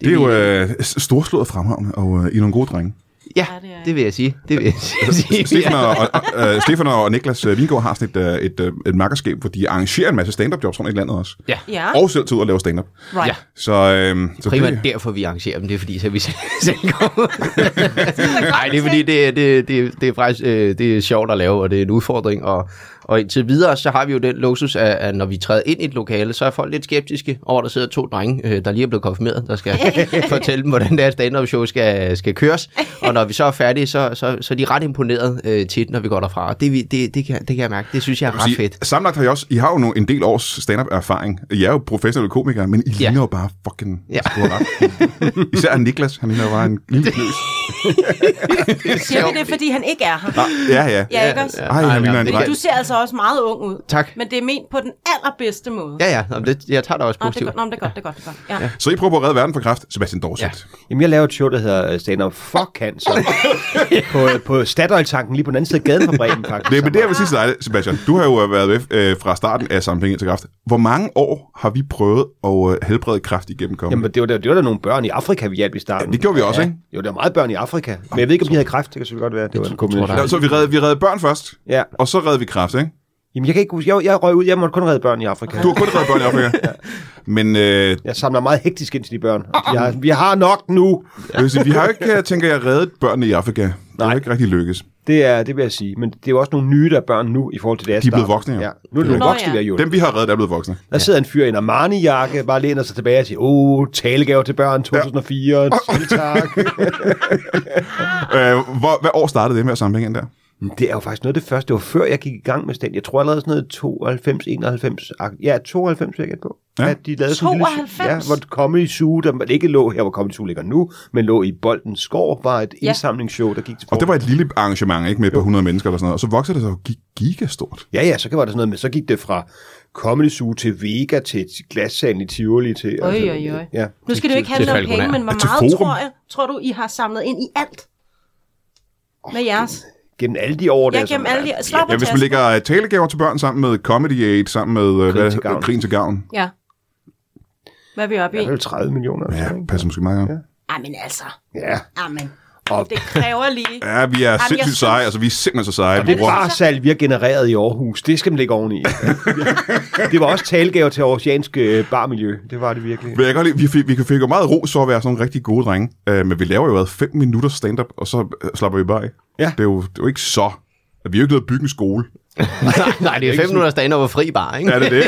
S1: Det er jo øh, s- storslået fremragende, og øh, I er nogle gode drenge.
S5: ja,
S4: Ja, det er-
S5: det vil jeg sige. Det vil jeg sige.
S1: Stefan og, og, og, øh, Stefan og Niklas øh, Vingård har sådan et, øh, et, øh, et makkerskab, hvor de arrangerer en masse stand-up jobs rundt i landet også.
S5: Ja.
S4: Ja,
S1: Og selv tager ud og laver stand-up.
S4: right.
S1: Så, øh, så
S5: Primært
S1: det,
S5: derfor, vi arrangerer dem. Det er fordi, så vi selv selv kommer. Nej, det er fordi, det, det, det, det er faktisk øh, det er sjovt at lave, og det er en udfordring. Og, og indtil videre, så har vi jo den luksus, at, at når vi træder ind i et lokale, så er folk lidt skeptiske over, at der sidder to drenge, øh, der lige er blevet konfirmeret, der skal fortælle dem, hvordan deres stand-up show skal, skal køres. Og når vi så er færdige, så, så, så er de ret imponeret øh, tit, når vi går derfra. Og Det, vi- det, det, kan, det kan jeg mærke. Det synes jeg er ret fedt.
S1: Samlet har I også, I har jo nogle, en del års stand-up erfaring. I er jo professionelle komikere, men I
S5: Ja.
S1: ligner jo bare fucking
S5: Ja.
S1: ja. store ret. Især Niklas, han ligner jo bare en lille knøs.
S4: Siger vi det, fordi han ikke er her?
S1: Ja, ja.
S4: Ja, ikke også?
S1: Ej, han ligner en
S5: men
S1: dreng.
S4: Du ser altså også meget ung ud.
S5: Tak.
S4: Men det er ment på den allerbedste måde.
S5: Ja, ja. Nå, men Det, jeg tager det også
S4: Nå, det er
S5: positivt.
S4: godt, Nå, men det er godt, det er godt, det er godt. Ja.
S1: Så I prøver at redde verden fra kraft, Sebastian Dorset.
S2: Jamen, jeg laver et show, der hedder øh, Stand Up For Cancer. på, øh, på Statoil-tanken, lige på den anden side af gaden fra Bremen, faktisk.
S1: Det er med det, jeg vil sige til dig, Sebastian. Du har jo været med øh, fra starten af sammenhængen til kræft. Hvor mange år har vi prøvet at øh, helbrede kræft igennem kommet?
S2: Jamen, det var, der, det var der nogle børn i Afrika, vi hjalp i starten.
S1: Ja, det gjorde vi også, ikke?
S2: Jo, der var meget børn i Afrika. Men jeg ved ikke, om de havde kræft. Det kan selvfølgelig godt være. Det var en kombination.
S1: Nå, så vi redde, vi redde børn først,
S2: Ja.
S1: og så redde vi kræft, ikke?
S2: Jamen, jeg kan ikke huske. Jeg, jeg røg ud. Jeg måtte kun redde børn i Afrika.
S1: Du har kun reddet børn i Afrika. Men øh,
S2: Jeg samler meget hektisk ind til de børn. Jeg, vi har nok nu.
S1: jeg vil sige, vi har jo ikke, øh, tænker jeg, reddet børnene i Afrika. Det har
S2: Nej.
S1: jo ikke rigtig lykkes.
S2: Det, er, det vil jeg sige. Men det er jo også nogle nye, der er børn nu, i forhold til deres
S1: De er blevet voksne, jo.
S2: ja. Nu er de
S4: Nå,
S2: blevet voksne,
S4: ja.
S2: vi har jo.
S1: Dem, vi har reddet, er blevet voksne.
S2: Der sidder en fyr i en Armani-jakke, bare læner sig tilbage og siger, åh, talegaver til børn 2004, ja. tak.
S1: Øh, hvor, hvad år startede det med sammenhængen der?
S2: Men det er jo faktisk noget af det første. Det var før, jeg gik i gang med stand. Jeg tror allerede sådan noget 92, 91. ak- Ja, 92 vil jeg gætte på.
S1: Ja.
S2: Ja. At de lavede sådan en Lille,
S4: 92?
S2: ja, hvor Comedy Zoo, der ikke lå her, hvor Comedy Zoo ligger nu, men lå i Bolden Skov, var et
S4: Ja.
S2: ja. indsamlingsshow, der gik til
S1: Og det
S2: form.
S1: var et lille arrangement, ikke? Med på 100 mennesker eller sådan noget. Og så voksede det så gi- gigastort.
S2: Ja, ja, så kan- var der sådan noget med, så gik det fra Comedy Zoo til Vega til glassalen i Tivoli til... altså,
S4: Øj, øj, øj.
S2: Ja.
S4: Nu skal det jo ikke handle om
S5: Falconer.
S4: penge, men hvor
S1: Til
S4: meget
S1: Forum.
S4: tror, jeg, tror du, I har samlet ind i alt? Med jeres?
S2: Gennem alle de år,
S4: Ja,
S2: der...
S4: gennem
S2: som-
S4: alle de... Slap
S1: Ja, hvis man lægger øh, talegaver til børn sammen med Comedy Aid, sammen med øh, hvad-
S2: til gavn.
S1: Krigen til Gavn.
S4: Ja. Hvad er vi oppe i?
S2: Det er vel 30 millioner. eller
S1: Ja,
S2: sådan, ikke?
S1: passer måske meget godt.
S4: Ej, men altså.
S2: ja.
S4: Amen.
S2: Og-
S4: Det kræver lige...
S1: Ja, vi er
S4: jeg
S1: sindssygt
S4: synes-
S1: seje. Altså, vi er simpelthen så seje. Vi
S2: Det
S1: bruger-
S2: barsalg, vi har genereret i Aarhus, det skal man lægge oveni. det var også talgave til aarhusiansk øh, barmiljø. Det var det virkelig.
S1: Vil jeg godt lide, vi, fik, vi fik jo meget ros for at være sådan nogle rigtig gode drenge, øh, men vi laver jo 5 minutter stand-up, og så øh, slapper vi bare af.
S2: Ja.
S1: Det, er jo, det er jo ikke så. Altså, Vi er jo ikke nødt til at bygge en skole.
S5: Nej, nej, det er fem minutter stand og fri bar, ikke?
S1: Er det det?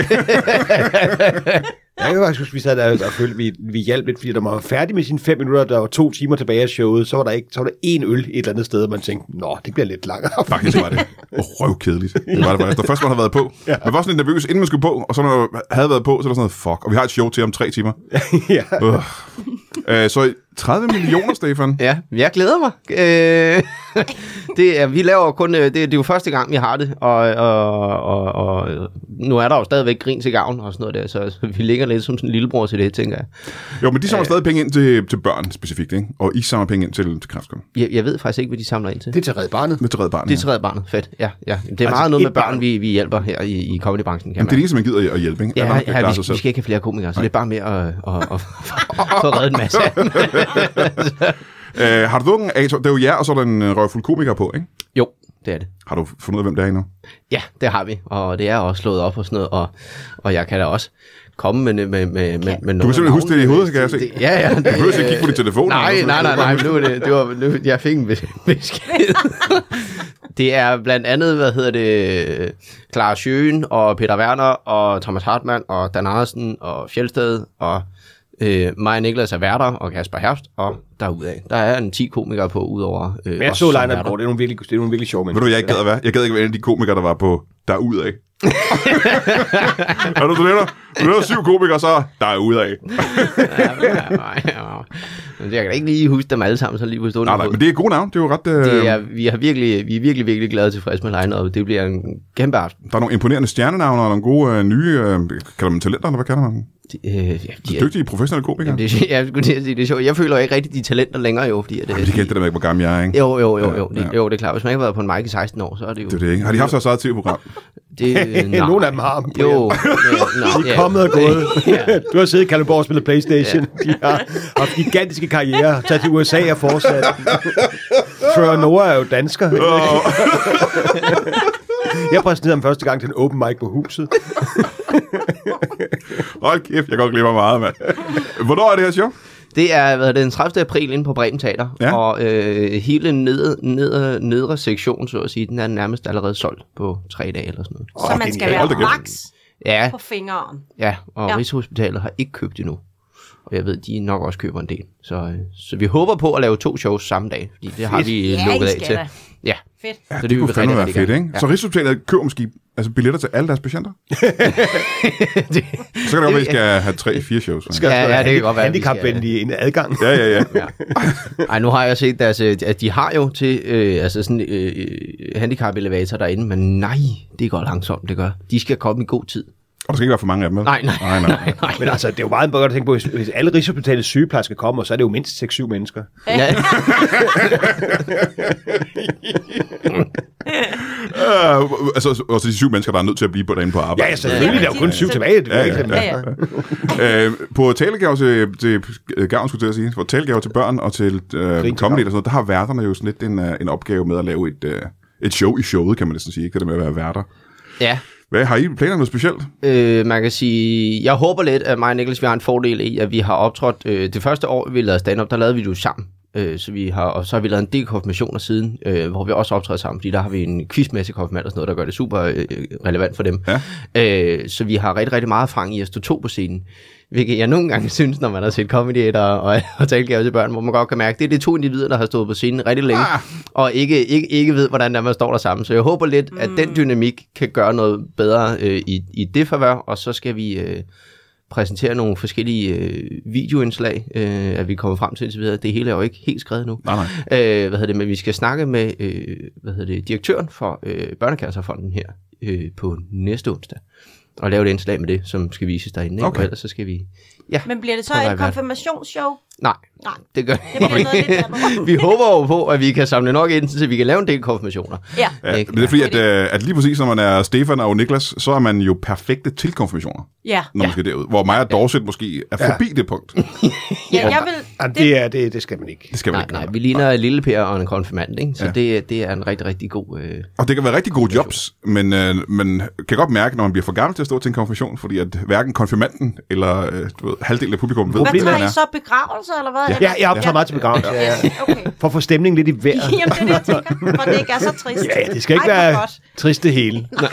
S2: Jeg kan faktisk huske, vi sad der og følte, vi, vi hjalp lidt, fordi der var færdig med sine fem minutter, der var to timer tilbage af showet, så var der ikke, så var der en øl et eller andet sted, og man tænkte, nå, det bliver lidt langere.
S1: Faktisk var det røvkedeligt. Det var det faktisk. Det første, man havde været på. Ja. Man var sådan lidt nervøs, inden man skulle på, og så når man havde været på, så var der sådan noget, fuck, og vi har et show til om tre timer.
S2: ja.
S1: Øh. Øh, så 30 millioner, Stefan.
S5: Ja, jeg glæder mig. Øh, det er, vi laver jo kun, øh, det, det er jo første gang, vi har det, og, og, og, og nu er der jo stadigvæk grin til gavn og sådan noget der, så, så vi ligger lidt som sådan en lillebror til det, tænker jeg.
S1: Jo, men de
S5: Øh.
S1: samler stadig penge ind til, til børn specifikt, ikke? Og I samler penge ind til, til kræftskolen.
S5: jeg. Jeg ved faktisk ikke, hvad de samler ind til.
S2: Det er til Red Barnet.
S1: Med til Red Barnet.
S5: Mm. Det
S1: ja. Altså,
S5: er træet barnet, fedt. Ja, ja. Det er meget noget
S2: et
S5: med børn,
S2: barn.
S5: vi, vi hjælper her i, i comedybranchen, kan
S1: Det er
S5: man.
S1: det eneste, man gider at hjælpe, ikke? Alle
S5: Ja,
S1: andre kan
S5: ja,
S1: klare sig
S5: vi, skal, vi
S1: selv.
S5: skal ikke have flere komikere, så det er bare med at, at, at, at få reddet en masse. af dem.
S1: Øh, har du nogen af, det er jo jer, og så er der en øh, røvfuld komiker på, ikke?
S5: Jo, det er det.
S1: Har du fundet ud af, hvem det er endnu?
S5: Ja, det har vi, og det er også slået op og sådan noget, og, og jeg kan da også komme med, med, med, med, med noget.
S1: Du kan simpelthen huske det i hovedet, kan jeg se.
S5: Det- Ja, ja. Du
S1: behøver ikke kigge på din telefon,
S5: Nej,
S1: Anders.
S5: nej, nej, nej. men Nu, er det, det var, nu, jeg fik en be- besked. det er blandt andet, hvad hedder det, Clara Sjøen og Peter Werner og Thomas Hartmann og Dan Andersen og Fjeldsted og øh, mig og Niklas er værter og Kasper Herbst og derudaf. Der er en 10 komikere på, udover øh,
S2: Men jeg
S5: os
S2: så
S5: som
S2: line
S5: værter.
S2: up det er nogle virkelig, det er nogle virkelig
S1: Ved
S2: sjove mennesker.
S1: du, jeg ikke gad at være? Jeg gad ikke være en af de komikere, der var på der er ud af. og når du nævner, du nævner syv komikere, så der er ud af.
S5: nej, nej. Men Jeg kan da ikke lige huske dem alle sammen så lige på stående
S1: Nej, nej,
S5: fod.
S1: men det er gode navn. Det er jo ret... Øh,
S5: det er, vi, har virkelig, vi er virkelig, virkelig glade og tilfredse med line og det bliver en kæmpe aften.
S1: Der er nogle imponerende stjernenavne og nogle gode øh, nye... Øh, kalder man talenter, eller hvad kalder man dem?
S5: De, øh, ja, de er,
S1: Dygtige professionelle komikere.
S5: jamen, det, er- jeg skulle til at sige, det er sjovt. Jeg føler ikke rigtig de talenter længere jo, fordi at, øh,
S1: Jamen, det kan det der med, hvor gammel jeg er, ikke?
S5: jo, jo, jo, jo, det,
S1: Ja.
S5: jo, det er klart. Hvis man ikke har været på en mic i 16 år, så er det jo...
S1: Det er det ikke. Har de haft så eget tv-program?
S5: det nej.
S2: Nogle af dem har dem på,
S5: Jo.
S2: ja.
S5: øh, nå, ja.
S2: Kommet og gået. Du har siddet i Kalundborg og spillet Playstation. De har haft gigantiske karriere. Taget til USA og fortsat. Trevor Noah er jo dansker. Jeg præsenterede ham første gang til en open mic på huset.
S1: Hold kæft, jeg går og glemmer meget, mand. Hvornår er det her show?
S5: Det er hvad er det, den 30. april inde på Bremen Teater,
S1: Ja.
S5: ja. og øh, hele ned, ned, nedre sektion, så at sige, den er nærmest allerede solgt på tre dage eller sådan noget.
S4: Så man skal
S1: genialt. Hold da
S4: være
S1: kæft.
S4: max
S5: Ja,
S4: på fingeren.
S5: ja og
S4: Ja.
S5: ja. Rigshospitalet har ikke købt endnu. Og jeg ved, de nok også køber en del. Så, øh, så vi håber på at lave to shows samme dag, fordi det har vi øh,
S4: Ja,
S5: lukket
S4: I
S5: af
S4: skal
S5: til.
S4: da.
S5: Ja,
S4: Fedt.
S5: ja
S1: Det, det kunne fandme være fedt, ikke? Ja. Så Rigshospitalet køber måske altså billetter til alle deres patienter.
S5: det,
S1: Så kan det godt være, at I skal have tre-fire shows. mand.
S5: Ja, ja, det kan godt være, vi skal-
S2: Handicapvenlige en adgang.
S1: Ja, ja, ja.
S5: ja. Ej, nu har jeg set deres, øh, at de har jo til øh, altså sådan øh, øh, handicap-elevator derinde, men nej, det går langsomt, det gør. De skal komme i god tid.
S1: Og der skal ikke være for mange af dem, vel?
S5: Nej, nej,
S1: nej. nej.
S5: nej.
S2: Men altså, det er jo meget godt at tænke på, hvis, hvis alle Rigshospitalets sygeplejersker kommer, så er det jo mindst 6-7 mennesker.
S5: Ja,
S1: Øh, altså, og så de syv mennesker, der er nødt til at blive på derinde på arbejde.
S2: Ja, ja, selvfølgelig. Der er jo kun
S4: Ja,
S2: syv
S4: ja.
S2: tilbage. Det er
S1: Ja,
S2: ikke
S1: ja,
S2: dem.
S4: Ja, ja.
S1: Øh, på talegave til, til øh, gavn, skulle jeg til at sige, for talegave til børn og til øh,
S2: til
S1: kommeligt og sådan noget, der har værterne jo sådan lidt en, øh, en opgave med at lave et, øh, et show i showet, kan man næsten sige, ikke? Det der med at være værter.
S5: ja.
S1: Hvad har I planer noget specielt?
S5: Øh, man kan sige, jeg håber lidt, at mig og Niklas, vi har en fordel i, at vi har optrådt, øh, det første år, vi lavede stand-up, der lavede vi det jo sammen. Øh, så vi har, og så har vi lavet en del konfirmationer siden, øh, hvor vi også optræder sammen, fordi der har vi en quizmæssig konfirmand og sådan noget, der gør det super øh, relevant for dem. Ja. Øh, så vi har rigtig, rigtig meget erfaring i at stå to på scenen. Hvilket jeg nogle gange synes, når man har set Comedy Aid og, og, og talgave til børn, hvor man godt kan mærke, det er de to individer, der har stået på scenen rigtig længe, ah. og ikke, ikke, ikke ved, hvordan der man står der sammen. Så jeg håber lidt, mm. at den dynamik kan gøre noget bedre øh, i, i det favør, og så skal vi øh, præsentere nogle forskellige øh, videoindslag, øh, at vi kommer frem til indtil videre. Det hele er jo ikke helt skrevet nu.
S1: Nej, nej.
S5: Øh, hvad hedder det, men vi skal snakke med øh, hvad hedder det, direktøren for øh, Børnekasserfonden her øh, på næste onsdag og lave et indslag med det, som skal vises derinde. ikke?
S1: Okay.
S5: Og ellers så skal vi... Ja,
S4: Men bliver det så
S5: Tror jeg,
S4: et
S5: vi er.
S4: konfirmationsshow?
S5: nej,
S4: Nej.
S5: det gør
S4: Det bliver noget lidt andet.
S5: vi håber jo på, at vi kan samle nok ind, så vi kan lave en del konfirmationer.
S4: Ja.
S1: Ja,
S5: Ikke?
S1: men det er fordi, at, øh, at lige præcis når man er Stefan og Niklas, så er man jo perfekte til konfirmationer,
S4: Ja.
S1: når man skal derud. Hvor mig og Dorset måske er forbi det punkt.
S4: ja, jeg vil...
S2: Jamen, det, er, det, det skal man ikke.
S1: Det skal man
S5: Nej,
S1: ikke.
S5: nej, vi ligner et lille Per og en konfirmand, ikke? Så ja. det, det er en rigtig, rigtig god... Øh...
S1: Og det kan være rigtig gode jobs, men øh, man kan godt mærke, når man bliver for gammel til at stå til en konfirmation, fordi at hverken konfirmanden eller øh, du ved, halvdelen af publikum ved,
S4: Hvad
S1: hvem
S4: tager
S1: han
S4: I
S1: er.
S4: så? Begravelser, eller hvad?
S2: Ja, jeg optager meget til begravelse. Ja, ja.
S4: Yes, okay.
S2: For at få stemningen lidt i vejret.
S4: Jamen, det er det, jeg tænker, for det ikke er så trist.
S2: Ja, ja, det skal ikke
S4: Ej, hvor
S2: være
S4: godt.
S2: trist det hele. Nej,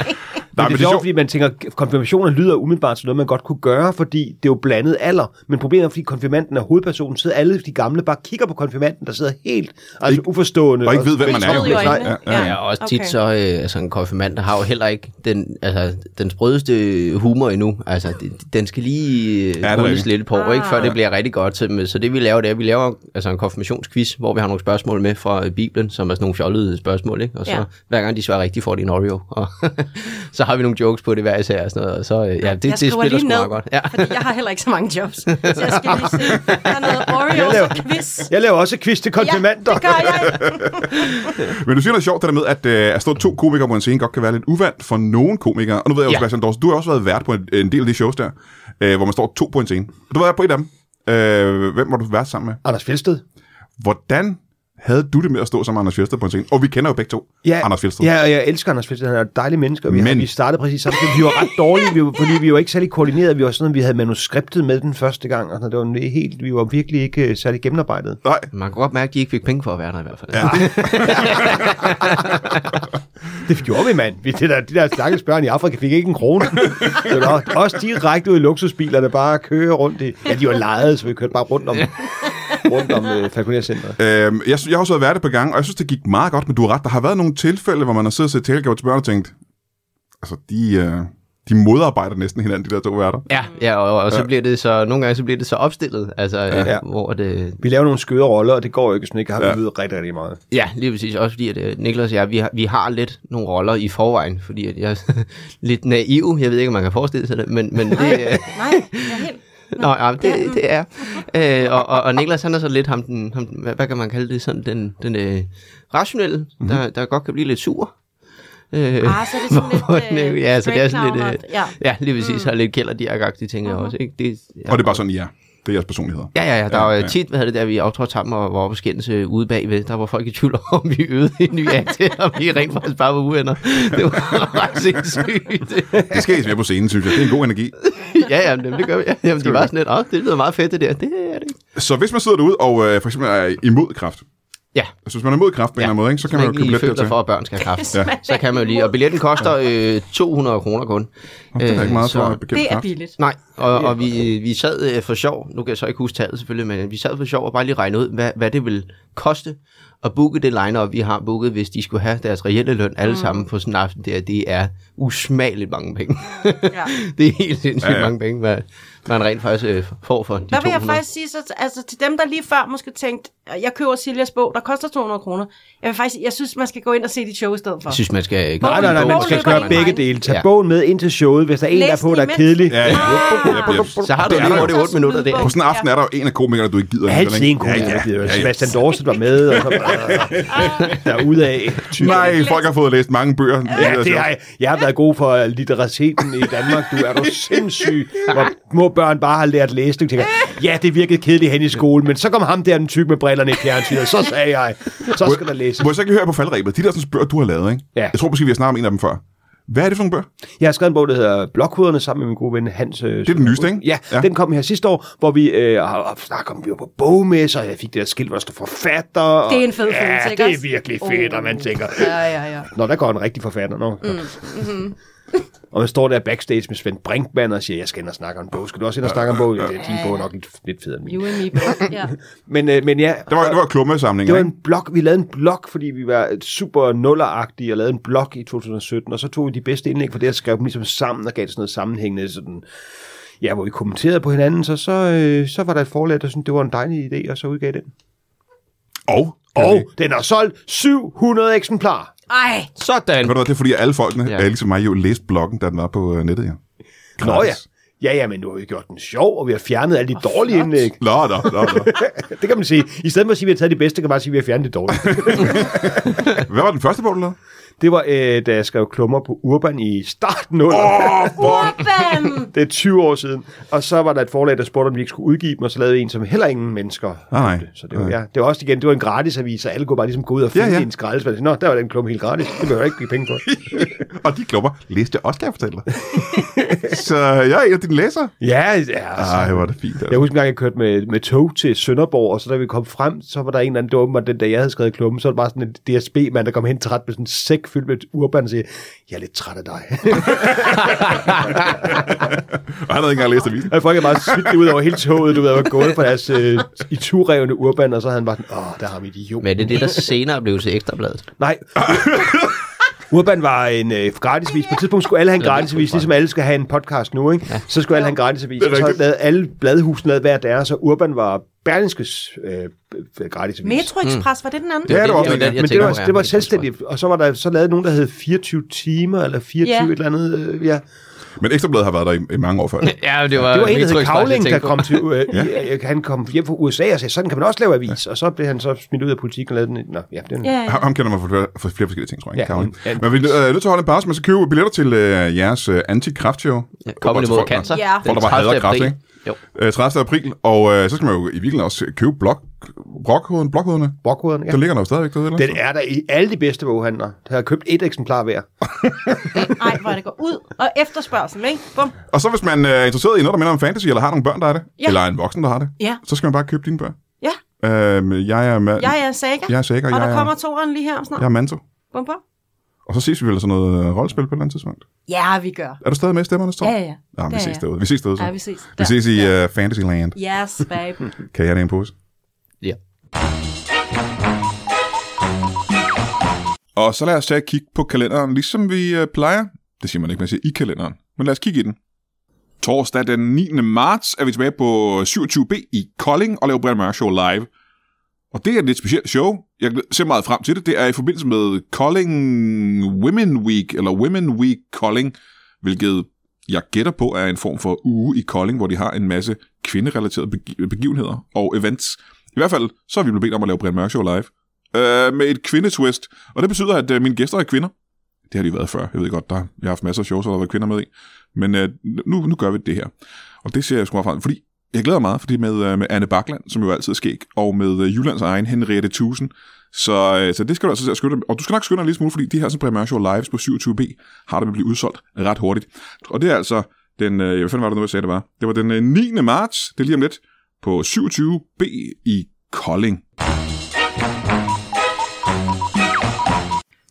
S1: Nej,
S2: men det er sjovt, fordi man tænker, konfirmationer lyder umiddelbart som noget, man godt kunne gøre, fordi det er jo blandet alder. Men problemet er, fordi konfirmanden er hovedpersonen, sidder alle de gamle bare kigger på konfirmanden, der sidder helt altså ikke, uforstående.
S1: og ikke ved, hvem man er.
S4: Med tråd i
S1: Nej,
S4: øjnene.
S1: ja, ja.
S5: Ja, og også
S4: okay.
S5: tit så, øh, altså en konfirmand har jo heller ikke den, altså, den sprødeste humor endnu. Altså, det- den skal lige
S1: er
S5: øh, rundes
S1: rigtigt.
S5: lidt på, ah. ikke? Før
S1: Ja.
S5: det bliver rigtig godt. Så, så det vi laver, det er, at vi laver altså en konfirmationsquiz, hvor vi har nogle spørgsmål med fra øh, Bibelen, som er sådan nogle fjollede spørgsmål, ikke? Og så
S4: Ja.
S5: ja. hver gang de svarer rigtigt, får de en Oreo. Og så har vi nogle jokes på det hver især og sådan noget. Og så, øh, ja, det,
S4: Jeg skriver
S5: det spiller
S4: lige
S5: sgu
S4: ned,
S5: meget godt. Ja.
S4: fordi jeg har heller ikke så mange jobs. Så jeg skal lige se, der er noget Oreos og quiz.
S2: Jeg laver også quiz til
S4: Ja,
S2: konfirmander.
S4: det gør jeg.
S1: Men du siger noget sjovt, det der med, at, øh, at stå to komikere på en scene godt kan være lidt uvandt for nogen komikere. Og nu ved jeg jo,
S5: Ja.
S1: Sebastian Dorsen, du har også været vært på en, en del af de shows der, øh, hvor man står to på en scene. Du var på et af dem. Øh, hvem var du vært sammen med?
S2: Anders Fjeldsted.
S1: Hvordan havde du det med at stå sammen med Anders Fjeldsted på en scene? Og vi kender jo begge to Anders Fjeldsted.
S2: Ja, og jeg elsker Anders Fjeldsted. Han er et dejligt menneske, og vi,
S1: Men-
S2: Men... vi startede præcis samtidig. Vi var ret dårlige, vi var, fordi vi var ikke særlig koordineret. Vi var sådan, at vi havde manuskriptet med den første gang, og sådan noget. det var en helt, vi var virkelig ikke øh, særlig gennemarbejdet.
S1: Nej,
S5: Man kan godt mærke, at de ikke fik penge for at være der i hvert fald. Ja.
S2: Det gjorde vi, mand. Vi, det der, de der stakkels børn i Afrika fik ikke en krone. Det var også direkte ud i luksusbiler, der bare kører rundt i... Ja, de var lejede, så vi kørte bare rundt om, rundt om øh, Falconer-centret.
S1: Øhm, jeg, sy- jeg har også været vært et par gange, og jeg synes, det gik meget godt, men du har ret. Der har været nogle tilfælde, hvor man har siddet og set telegaver til børn og tænkt, altså, de, øh, de modarbejder næsten hinanden, de der to værter.
S5: Ja, ja og, og så bliver det så, nogle gange så bliver det så opstillet, altså, ja.
S2: Ja.
S5: øh, hvor det,
S2: Vi laver nogle skøre roller, og det går jo ikke, hvis man ikke har ja. øvet rigtig, rigtig meget.
S5: Ja, lige præcis. Også fordi, at øh, Niklas og jeg, vi har, vi har lidt nogle roller i forvejen, fordi at jeg er lidt naiv. Jeg ved ikke, om man kan forestille sig det, men, men det...
S4: Nej,
S5: Øh,
S4: jeg er helt...
S5: Nå, ja, det, det er. Øh, og, og, og Niklas, han er så lidt ham, den, ham den- hvad, hvad kan man kalde det, sådan den, den øh, rationelle, mm-hmm. der, der godt kan blive lidt sur. Øh,
S4: Ah, så er det sådan lidt,
S5: hvor den,
S4: øh,
S5: ja, så det er sådan lidt, øh,
S4: straight clown-agtigt, ja. Mhm.
S5: ja, lige præcis, mm. og lidt kælderdiagagtige ting uh-huh. også, ikke? Det, ja.
S1: Og det er bare sådan, I er. Det er jeres personligheder.
S5: Ja, ja, ja. Der var ja, ja. tit, hvad hedder det, der vi optrådte sammen og var oppe skændes øh, ude bagved. Der var folk i tvivl om, om vi øvede en ny akt, eller om vi rent faktisk bare var uvenner. Det var ret sindssygt.
S1: Det skal I mere på scenen, synes jeg. Det er en god energi.
S5: ja, jamen, det gør vi. Ja, Jamen, de var sådan lidt, åh, det lyder meget fedt det der. Det er det ikke.
S1: Så hvis man sidder derude og øh, for eksempel er imod kraft,
S5: Ja.
S1: altså hvis man er imod kraft på en eller anden måde, ikke, så kan man jo købe
S5: lidt
S1: lidt
S5: føler
S1: dertil.
S5: for, at børn skal have kraft. ja. Så kan man jo lige. Og billetten koster øh, 200 kroner kun.
S1: Og Det er da
S2: øh,
S1: ikke meget for at bekæmpe
S4: Det er
S1: kraft.
S4: billigt.
S5: Nej, og, og vi, vi sad øh, for sjov, nu kan jeg så ikke huske tallet selvfølgelig, men vi sad for sjov og bare lige regnede ud, hvad, hvad det vil koste at booke det line vi har booket, hvis de skulle have deres reelle løn alle mm. sammen på sådan en aften der. Det er usmageligt mange penge.
S4: Ja.
S5: det er helt sindssygt
S1: Ja,
S5: ja,
S1: ja.
S5: ja. mange penge, hvad man rent faktisk øh, får for de
S4: Der vil jeg
S5: 200.
S4: faktisk sige, så, altså, til dem, der lige før måske tænkte, jeg køber Siljas bog, der koster 200 kroner. Jeg, vil faktisk, jeg synes, man skal gå ind og se dit show i stedet for.
S5: Jeg synes, man skal... Øh,
S2: Nej, nej, nej,
S4: Bogen
S2: man skal
S4: løber
S2: gøre
S4: ikke
S2: begge
S4: vejen.
S2: dele. Tag
S5: Ja.
S2: bogen med ind til showet, hvis der er en, der
S4: Læs
S2: er på,
S4: den
S2: der er
S4: imens.
S2: kedelig.
S1: Ja, ja.
S4: Ah.
S1: Yep, yep.
S5: så har du
S1: Det er
S5: lige
S1: der
S5: hurtigt
S4: jo.
S5: 8 minutter der.
S1: På sådan en aften er der jo en af komikere, du ikke gider. alligevel,
S2: Altid
S1: ikke?
S2: en god ja, ja, ja, ja.
S1: ja.
S2: Sebastian Dorset var med, og så der ud af.
S1: Nej, folk har fået læst mange bøger.
S2: Ja, det har jeg. Jeg har været god for øh, litterateten i Danmark. Du er du sindssyg, hvor små børn bare har lært læse. Du tænker, ja, det virkede kedeligt hen i skolen, men så kom ham der, den tyk med brillerne i fjernsynet, og så sagde jeg, så skal der læse.
S1: Må jeg så ikke høre på faldrebet? De der sådan bøger, du har lavet, ikke?
S2: Ja.
S1: Jeg tror måske, vi har snakket om en af dem før. Hvad er det for nogle bøger?
S2: Jeg har skrevet en bog, der hedder Blokhuderne, sammen med min gode ven Hans. Det
S1: er den nyeste, ikke?
S2: Ja,
S1: Ja.
S2: ja, den kom her sidste år, hvor vi øh, har haft snak om, vi var på bogmesser, og jeg fik det der skilt, hvor der står forfatter. og-
S4: Det er en fed
S2: ja,
S4: følelse, ikke
S2: det er
S4: også?
S2: virkelig fedt,
S4: Oh.
S2: og man tænker,
S4: Ja, ja, ja.
S2: Nå, der går en rigtig forfatter. Nå. Mm. Mm-hmm. og man står der backstage med Svend Brinkmann og siger, jeg skal ind og snakke om en bog. Skal du også ind og snakke om en bog? Ja, det er din bog er nok lidt, lidt federe end min.
S4: You and me both. Ja.
S2: Men, øh, men ja,
S1: Det var, det var klummesamlinger,
S2: det var
S1: ikke?
S2: en blog. Vi lavede en blog, fordi vi var super nulleragtige og lavede en blog i 2017. Og så tog vi de bedste indlæg for det og skrev dem ligesom sammen og gav det sådan noget sammenhængende sådan... Ja, hvor vi kommenterede på hinanden, så, så, øh, så var der et forlag, der syntes, det var en dejlig idé, og så udgav den.
S1: Og,
S2: Og den har solgt 700 eksemplarer.
S4: Ej,
S5: Sådan.
S1: Ved du hvad, det er fordi, at alle folkene,
S5: Ja.
S1: ja. ligesom mig, jo læste bloggen, da den var på øh, nettet, ja.
S2: Nå ja.
S1: Gratis.
S2: Ja, ja, men nu har vi gjort den sjov, og vi har fjernet alle de dårlige indlæg.
S1: Nå, nå, nå, nå.
S2: Det kan man sige. I stedet for at sige, at vi har taget det bedste, kan man bare sige, at vi har fjernet det dårlige.
S1: Hvad var den første bog, du lavede?
S2: det var, øh, da jeg skrev klummer på Urban i starten under.
S1: Åh, oh,
S4: bam!
S2: Det er 20 år siden. Og så var der et forlag, der spurgte, om vi ikke skulle udgive dem, og så lavede vi en, som heller ingen mennesker
S1: Ah, Nej.
S2: købte. Så det var, ja, det var også igen, det var en gratis avis, så alle kunne bare ligesom gå ud og
S1: Ja,
S2: finde ja,
S1: ja.
S2: ja. en skraldespand. Nå, der var den klumme helt gratis. Det behøver jeg ikke give penge for.
S1: Og de klummer læste jeg også, kan jeg fortælle dig. så jeg er en af dine læsere.
S2: ja, ja, altså.
S1: Ej, hvor er det fint.
S2: Jeg
S1: Altså.
S2: husker, en gang, jeg kørte med, med tog til Sønderborg, og så da vi kom frem, så var der en eller anden, det var åbenbart den dag, jeg havde skrevet klummen, så var det bare sådan en DSB-mand, der kom hen træt med sådan en sæk fyldt med urban og siger, jeg er lidt træt af dig.
S1: Og han havde ikke engang læst avisen.
S2: og folk er bare smidt det ud over hele toget, du ved, og var gået på deres øh, i turrevne urban, og så havde han bare sådan, åh, der har vi idiot.
S5: Men er det det, der senere blev til Ekstrabladet?
S2: Nej. Urban var en øh, gratisavis. På et tidspunkt skulle alle have en gratisavis, ligesom alle skal have en podcast nu, ikke? Ja. Så skulle alle have en gratisavis. Og så lavede alle bladhusene lavede hver deres, så Urban var Berlingskes øh, øh, gratisavis.
S4: Metro Express, var det den anden?
S1: Ja, det var
S5: den,
S1: også
S5: jeg
S2: men det
S5: tænker
S2: var,
S5: på, ja.
S2: det var selvstændigt, og så var der så lavet nogen, der hed 24 timer, eller 24
S4: Ja.
S2: yeah. et eller andet, øh, ja.
S1: Men Ekstrabladet har været der i, i mange år før.
S5: Ja, det var,
S2: Det var en, der
S5: Metro
S2: hed
S5: Express, jeg
S2: Kavling, der
S5: tænkte på.
S2: kom til, øh, ja. han kom hjem fra USA og sagde, sådan kan man også lave avis, og så blev han så smidt ud af politik og lavede den, i- nå, ja, den,
S4: Ja, ja.
S1: Ham, ham kender man for, flere- for flere forskellige ting, tror jeg.
S2: Ja.
S1: Ja, Karoline.
S2: Ja.
S1: Men vi er øh, nødt til at holde en pause, man skal købe billetter til øh, jeres øh, anti-kraftshow.
S5: Ja, Kommer imod cancer.
S4: Ja.
S5: den
S1: Folk, der bare
S5: 30.
S1: hader kræft,
S5: april.
S1: ikke?
S5: Jo.
S1: Øh, 30. april, og øh, så skal man jo i virkeligheden også købe blok, brokhoden, blokhoderne.
S2: brokhoderne,
S1: Ja.
S2: ja.
S1: Der ligger der jo stadigvæk derude, eller?
S2: Den er der i alle de bedste boghandlere. Der har jeg købt et eksemplar hver.
S4: Ej, hvor det går ud. Og efterspørgsel, ikke? Bum.
S1: Og så hvis man øh, er interesseret i noget, der minder om fantasy, eller har nogle børn, der er det,
S4: Ja.
S1: eller en voksen, der har det,
S4: Ja.
S1: så skal man bare købe dine bøger.
S4: Ja,
S1: Øh, jeg er, ma-
S4: jeg er Saga.
S1: jeg er Saga,
S4: Og
S1: jeg,
S4: der kommer
S1: er,
S4: toeren lige her om
S1: jeg
S4: snart.
S1: er Manto.
S4: Bum, bum.
S1: Og så ses vi vel sådan noget øh, rollespil på et eller andet tidspunkt.
S4: Ja, vi gør.
S1: Er du stadig med i stemmerne, tror
S4: Ja, ja, ja.
S1: Nå, men vi
S4: Ja,
S1: ses
S4: ja.
S1: derude. Vi ses derude. så.
S4: Ja, vi ses.
S1: Vi
S4: Der.
S1: ses i uh, Fantasyland.
S4: Yes, babe.
S1: Kan jeg have det i en pose?
S5: Ja.
S1: Og så lad os tage et kig på kalenderen, ligesom vi øh, plejer.
S6: Det siger man ikke, man siger i kalenderen. Men lad os kigge i den. Torsdag den 9. marts er vi tilbage på 27B i Kolding og laver Brian Mørk Show live. Og det er et lidt specielt show. Jeg ser meget frem til det. Det er i forbindelse med Kolding Women Week, eller Women Week Kolding, hvilket jeg gætter på er en form for uge i Kolding, hvor de har en masse kvinderelaterede begi- begivenheder og events. I hvert fald, så er vi blevet bedt om at lave Brian Mørk Show live. Øh, med et kvindetwist. Og det betyder, at øh, mine gæster er kvinder. Det har de været før. Jeg ved godt, der, jeg har haft masser af shows, hvor der har været kvinder med i. Men øh, nu, nu gør vi det her. Og det ser jeg sgu meget frem til, fordi jeg glæder mig meget, fordi med, øh, med Anne Bakland, som jo altid er skæg, og med øh, Jyllands egen Henriette Tusen. Så, øh, så det skal du altså til at skynde dig- Og du skal nok skynde dig en lille smule, fordi de her sådan Premier Show Lives på 27B har der med at blive udsolgt ret hurtigt. Og det er altså den, øh, hvad fanden var det nu, jeg sagde det var? Det var den øh, 9. marts, det er lige om lidt, på 27B i Kolding.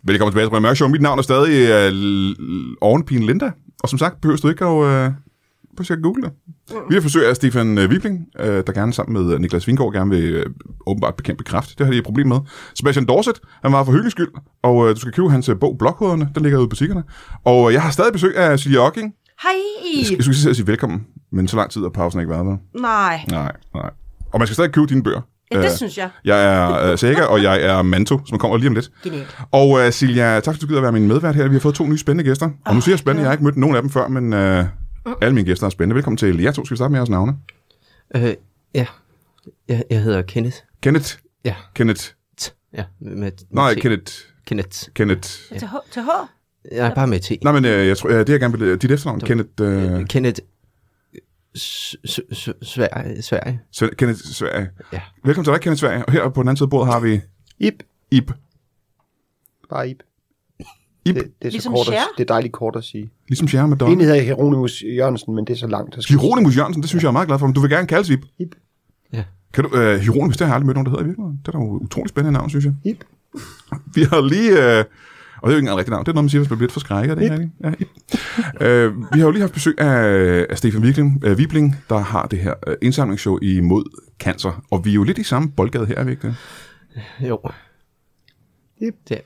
S1: Velkommen tilbage til Brian Mørk Show. Mit navn er stadig øh, Ovenpin Linda. Og som sagt, behøver du ikke at, øh, behøver ikke at google det. Vi har forsøg af Stefan øh, Wibling, øh, der gerne sammen med øh, Niklas Vingård gerne vil øh, åbenbart bekæmpe kraft. Det har de et problem med. Sebastian Dorset, han var for hyggens skyld, og øh, du skal købe hans øh, bog Blokhoderne, den ligger ude i butikkerne. Og øh, jeg har stadig besøg af Silje Ocking.
S4: Hej!
S1: Jeg skulle jeg skulle til at sige velkommen, men så lang tid har pausen ikke været der.
S4: Nej,
S1: Nej, nej. Og man skal stadig købe dine bøger.
S4: ja, det
S1: Øh,
S4: synes jeg.
S1: jeg er øh, Saga, og jeg er Manto, som kommer lige om lidt.
S4: Genialt.
S1: Og øh, Silja, tak fordi du gider at være min medvært her. Vi har fået to nye spændende gæster. Og nu siger jeg spændende, jeg har ikke mødt nogen af dem før, men øh, alle mine gæster er spændende. Velkommen til jer to. Skal vi starte med jeres navne?
S5: Øh, ja. Jeg, jeg hedder Kenneth.
S1: Kenneth.
S5: Ja.
S1: Kenneth.
S5: T. Ja, med, med, med
S1: Nej,
S5: T.
S1: Kenneth.
S5: Kenneth.
S1: Kenneth.
S4: Til H? Til H?
S5: Nej, bare med T.
S1: Nej, men øh, jeg tror, øh, det jeg gerne vil... øh, Dit efternavn, Kenneth... Øh,
S5: Øh, Kenneth øh, S- S- S- Sverige. Sverige.
S1: Sve- Kenneth Sverige.
S5: Ja.
S1: Velkommen til dig, Kenneth Sverige. Og her på den anden side af bordet har vi
S2: Ip.
S1: Ib.
S2: Bare Ip.
S1: Ib.
S2: Det, det er
S4: Ligesom
S2: så kort at,
S4: Cher?
S2: det er dejligt kort at sige.
S1: Ligesom Sierra
S2: Dom. Egentlig
S1: Madonna.
S2: hedder jeg Hieronymus Jørgensen, men det er så langt. Så skal
S1: Hieronymus Jørgensen, det synes jeg er meget glad for. Men du vil gerne kaldes Ib.
S2: Ib.
S5: Ja.
S1: Kan du, øh, Hieronymus, det har jeg aldrig mødt nogen, der hedder i virkeligheden. Det er da jo utrolig spændende navn, synes jeg.
S2: Ip.
S1: Vi har lige... Øh, og det er jo ikke engang rigtigt navn. Det er noget, man siger, hvis man bliver lidt forskrækket. Det, ikke? Ja, ip. øh, vi har jo lige haft besøg af, af Stefan Wibling, øh, Wibling, der har det her øh, indsamlingsshow imod cancer. Og vi er jo lidt i samme boldgade her, er vi ikke det?
S5: Jo.
S2: Yep.
S5: Det er,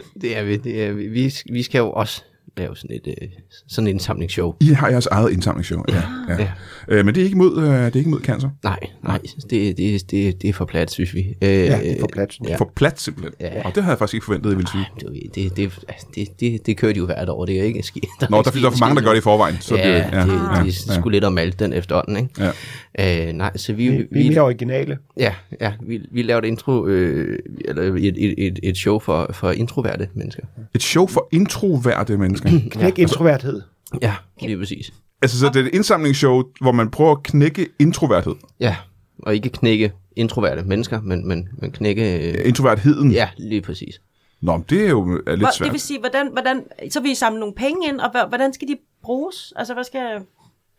S5: det er vi. Det er vi. Vi, vi skal jo også lave sådan et øh, sådan en samlingsshow.
S1: I har jeres eget indsamlingsshow. Ja, ja. ja.
S5: Ja.
S1: Øh, men det er ikke mod, øh, det er ikke mod cancer.
S5: Nej, nej, det, det, det, det er for plat, synes vi. Øh,
S2: Ja, det er for pladsen.
S1: Ja.
S5: Ja.
S1: For plads simpelthen.
S5: Ja.
S1: Og det havde jeg faktisk ikke forventet, jeg ville sige.
S5: Det, det, det, altså, det, det, det kører de jo hvert år, det er ikke ski. Der
S1: Nå, der, der er for mange, der gør det i forvejen. Så
S5: Så ja,
S1: det,
S5: det, ja, det, ja, det er
S1: ja.
S5: sgu lidt om alt den efterhånden, ikke? Ja. Øh, nej, så vi,
S2: Vi, vi er mere originale.
S5: Ja, ja vi, vi laver et intro, øh, eller et, et, et, et show for, for introverte mennesker.
S1: Et show for introverte mennesker.
S2: Knæk ja. introverthed.
S5: Ja, lige præcis.
S1: altså, så det er et indsamlingsshow, hvor man prøver at knække introverthed.
S5: Ja, og ikke knække introverte mennesker, men, men, men knække... Øh,
S1: Introvertheden.
S5: ja, lige præcis.
S1: Nå, men det er jo er
S4: Hvor,
S1: lidt
S4: det
S1: svært.
S4: vil sige, hvordan, hvordan, så vil I samle nogle penge ind, og hvor- hvordan skal de bruges? Altså, hvad skal...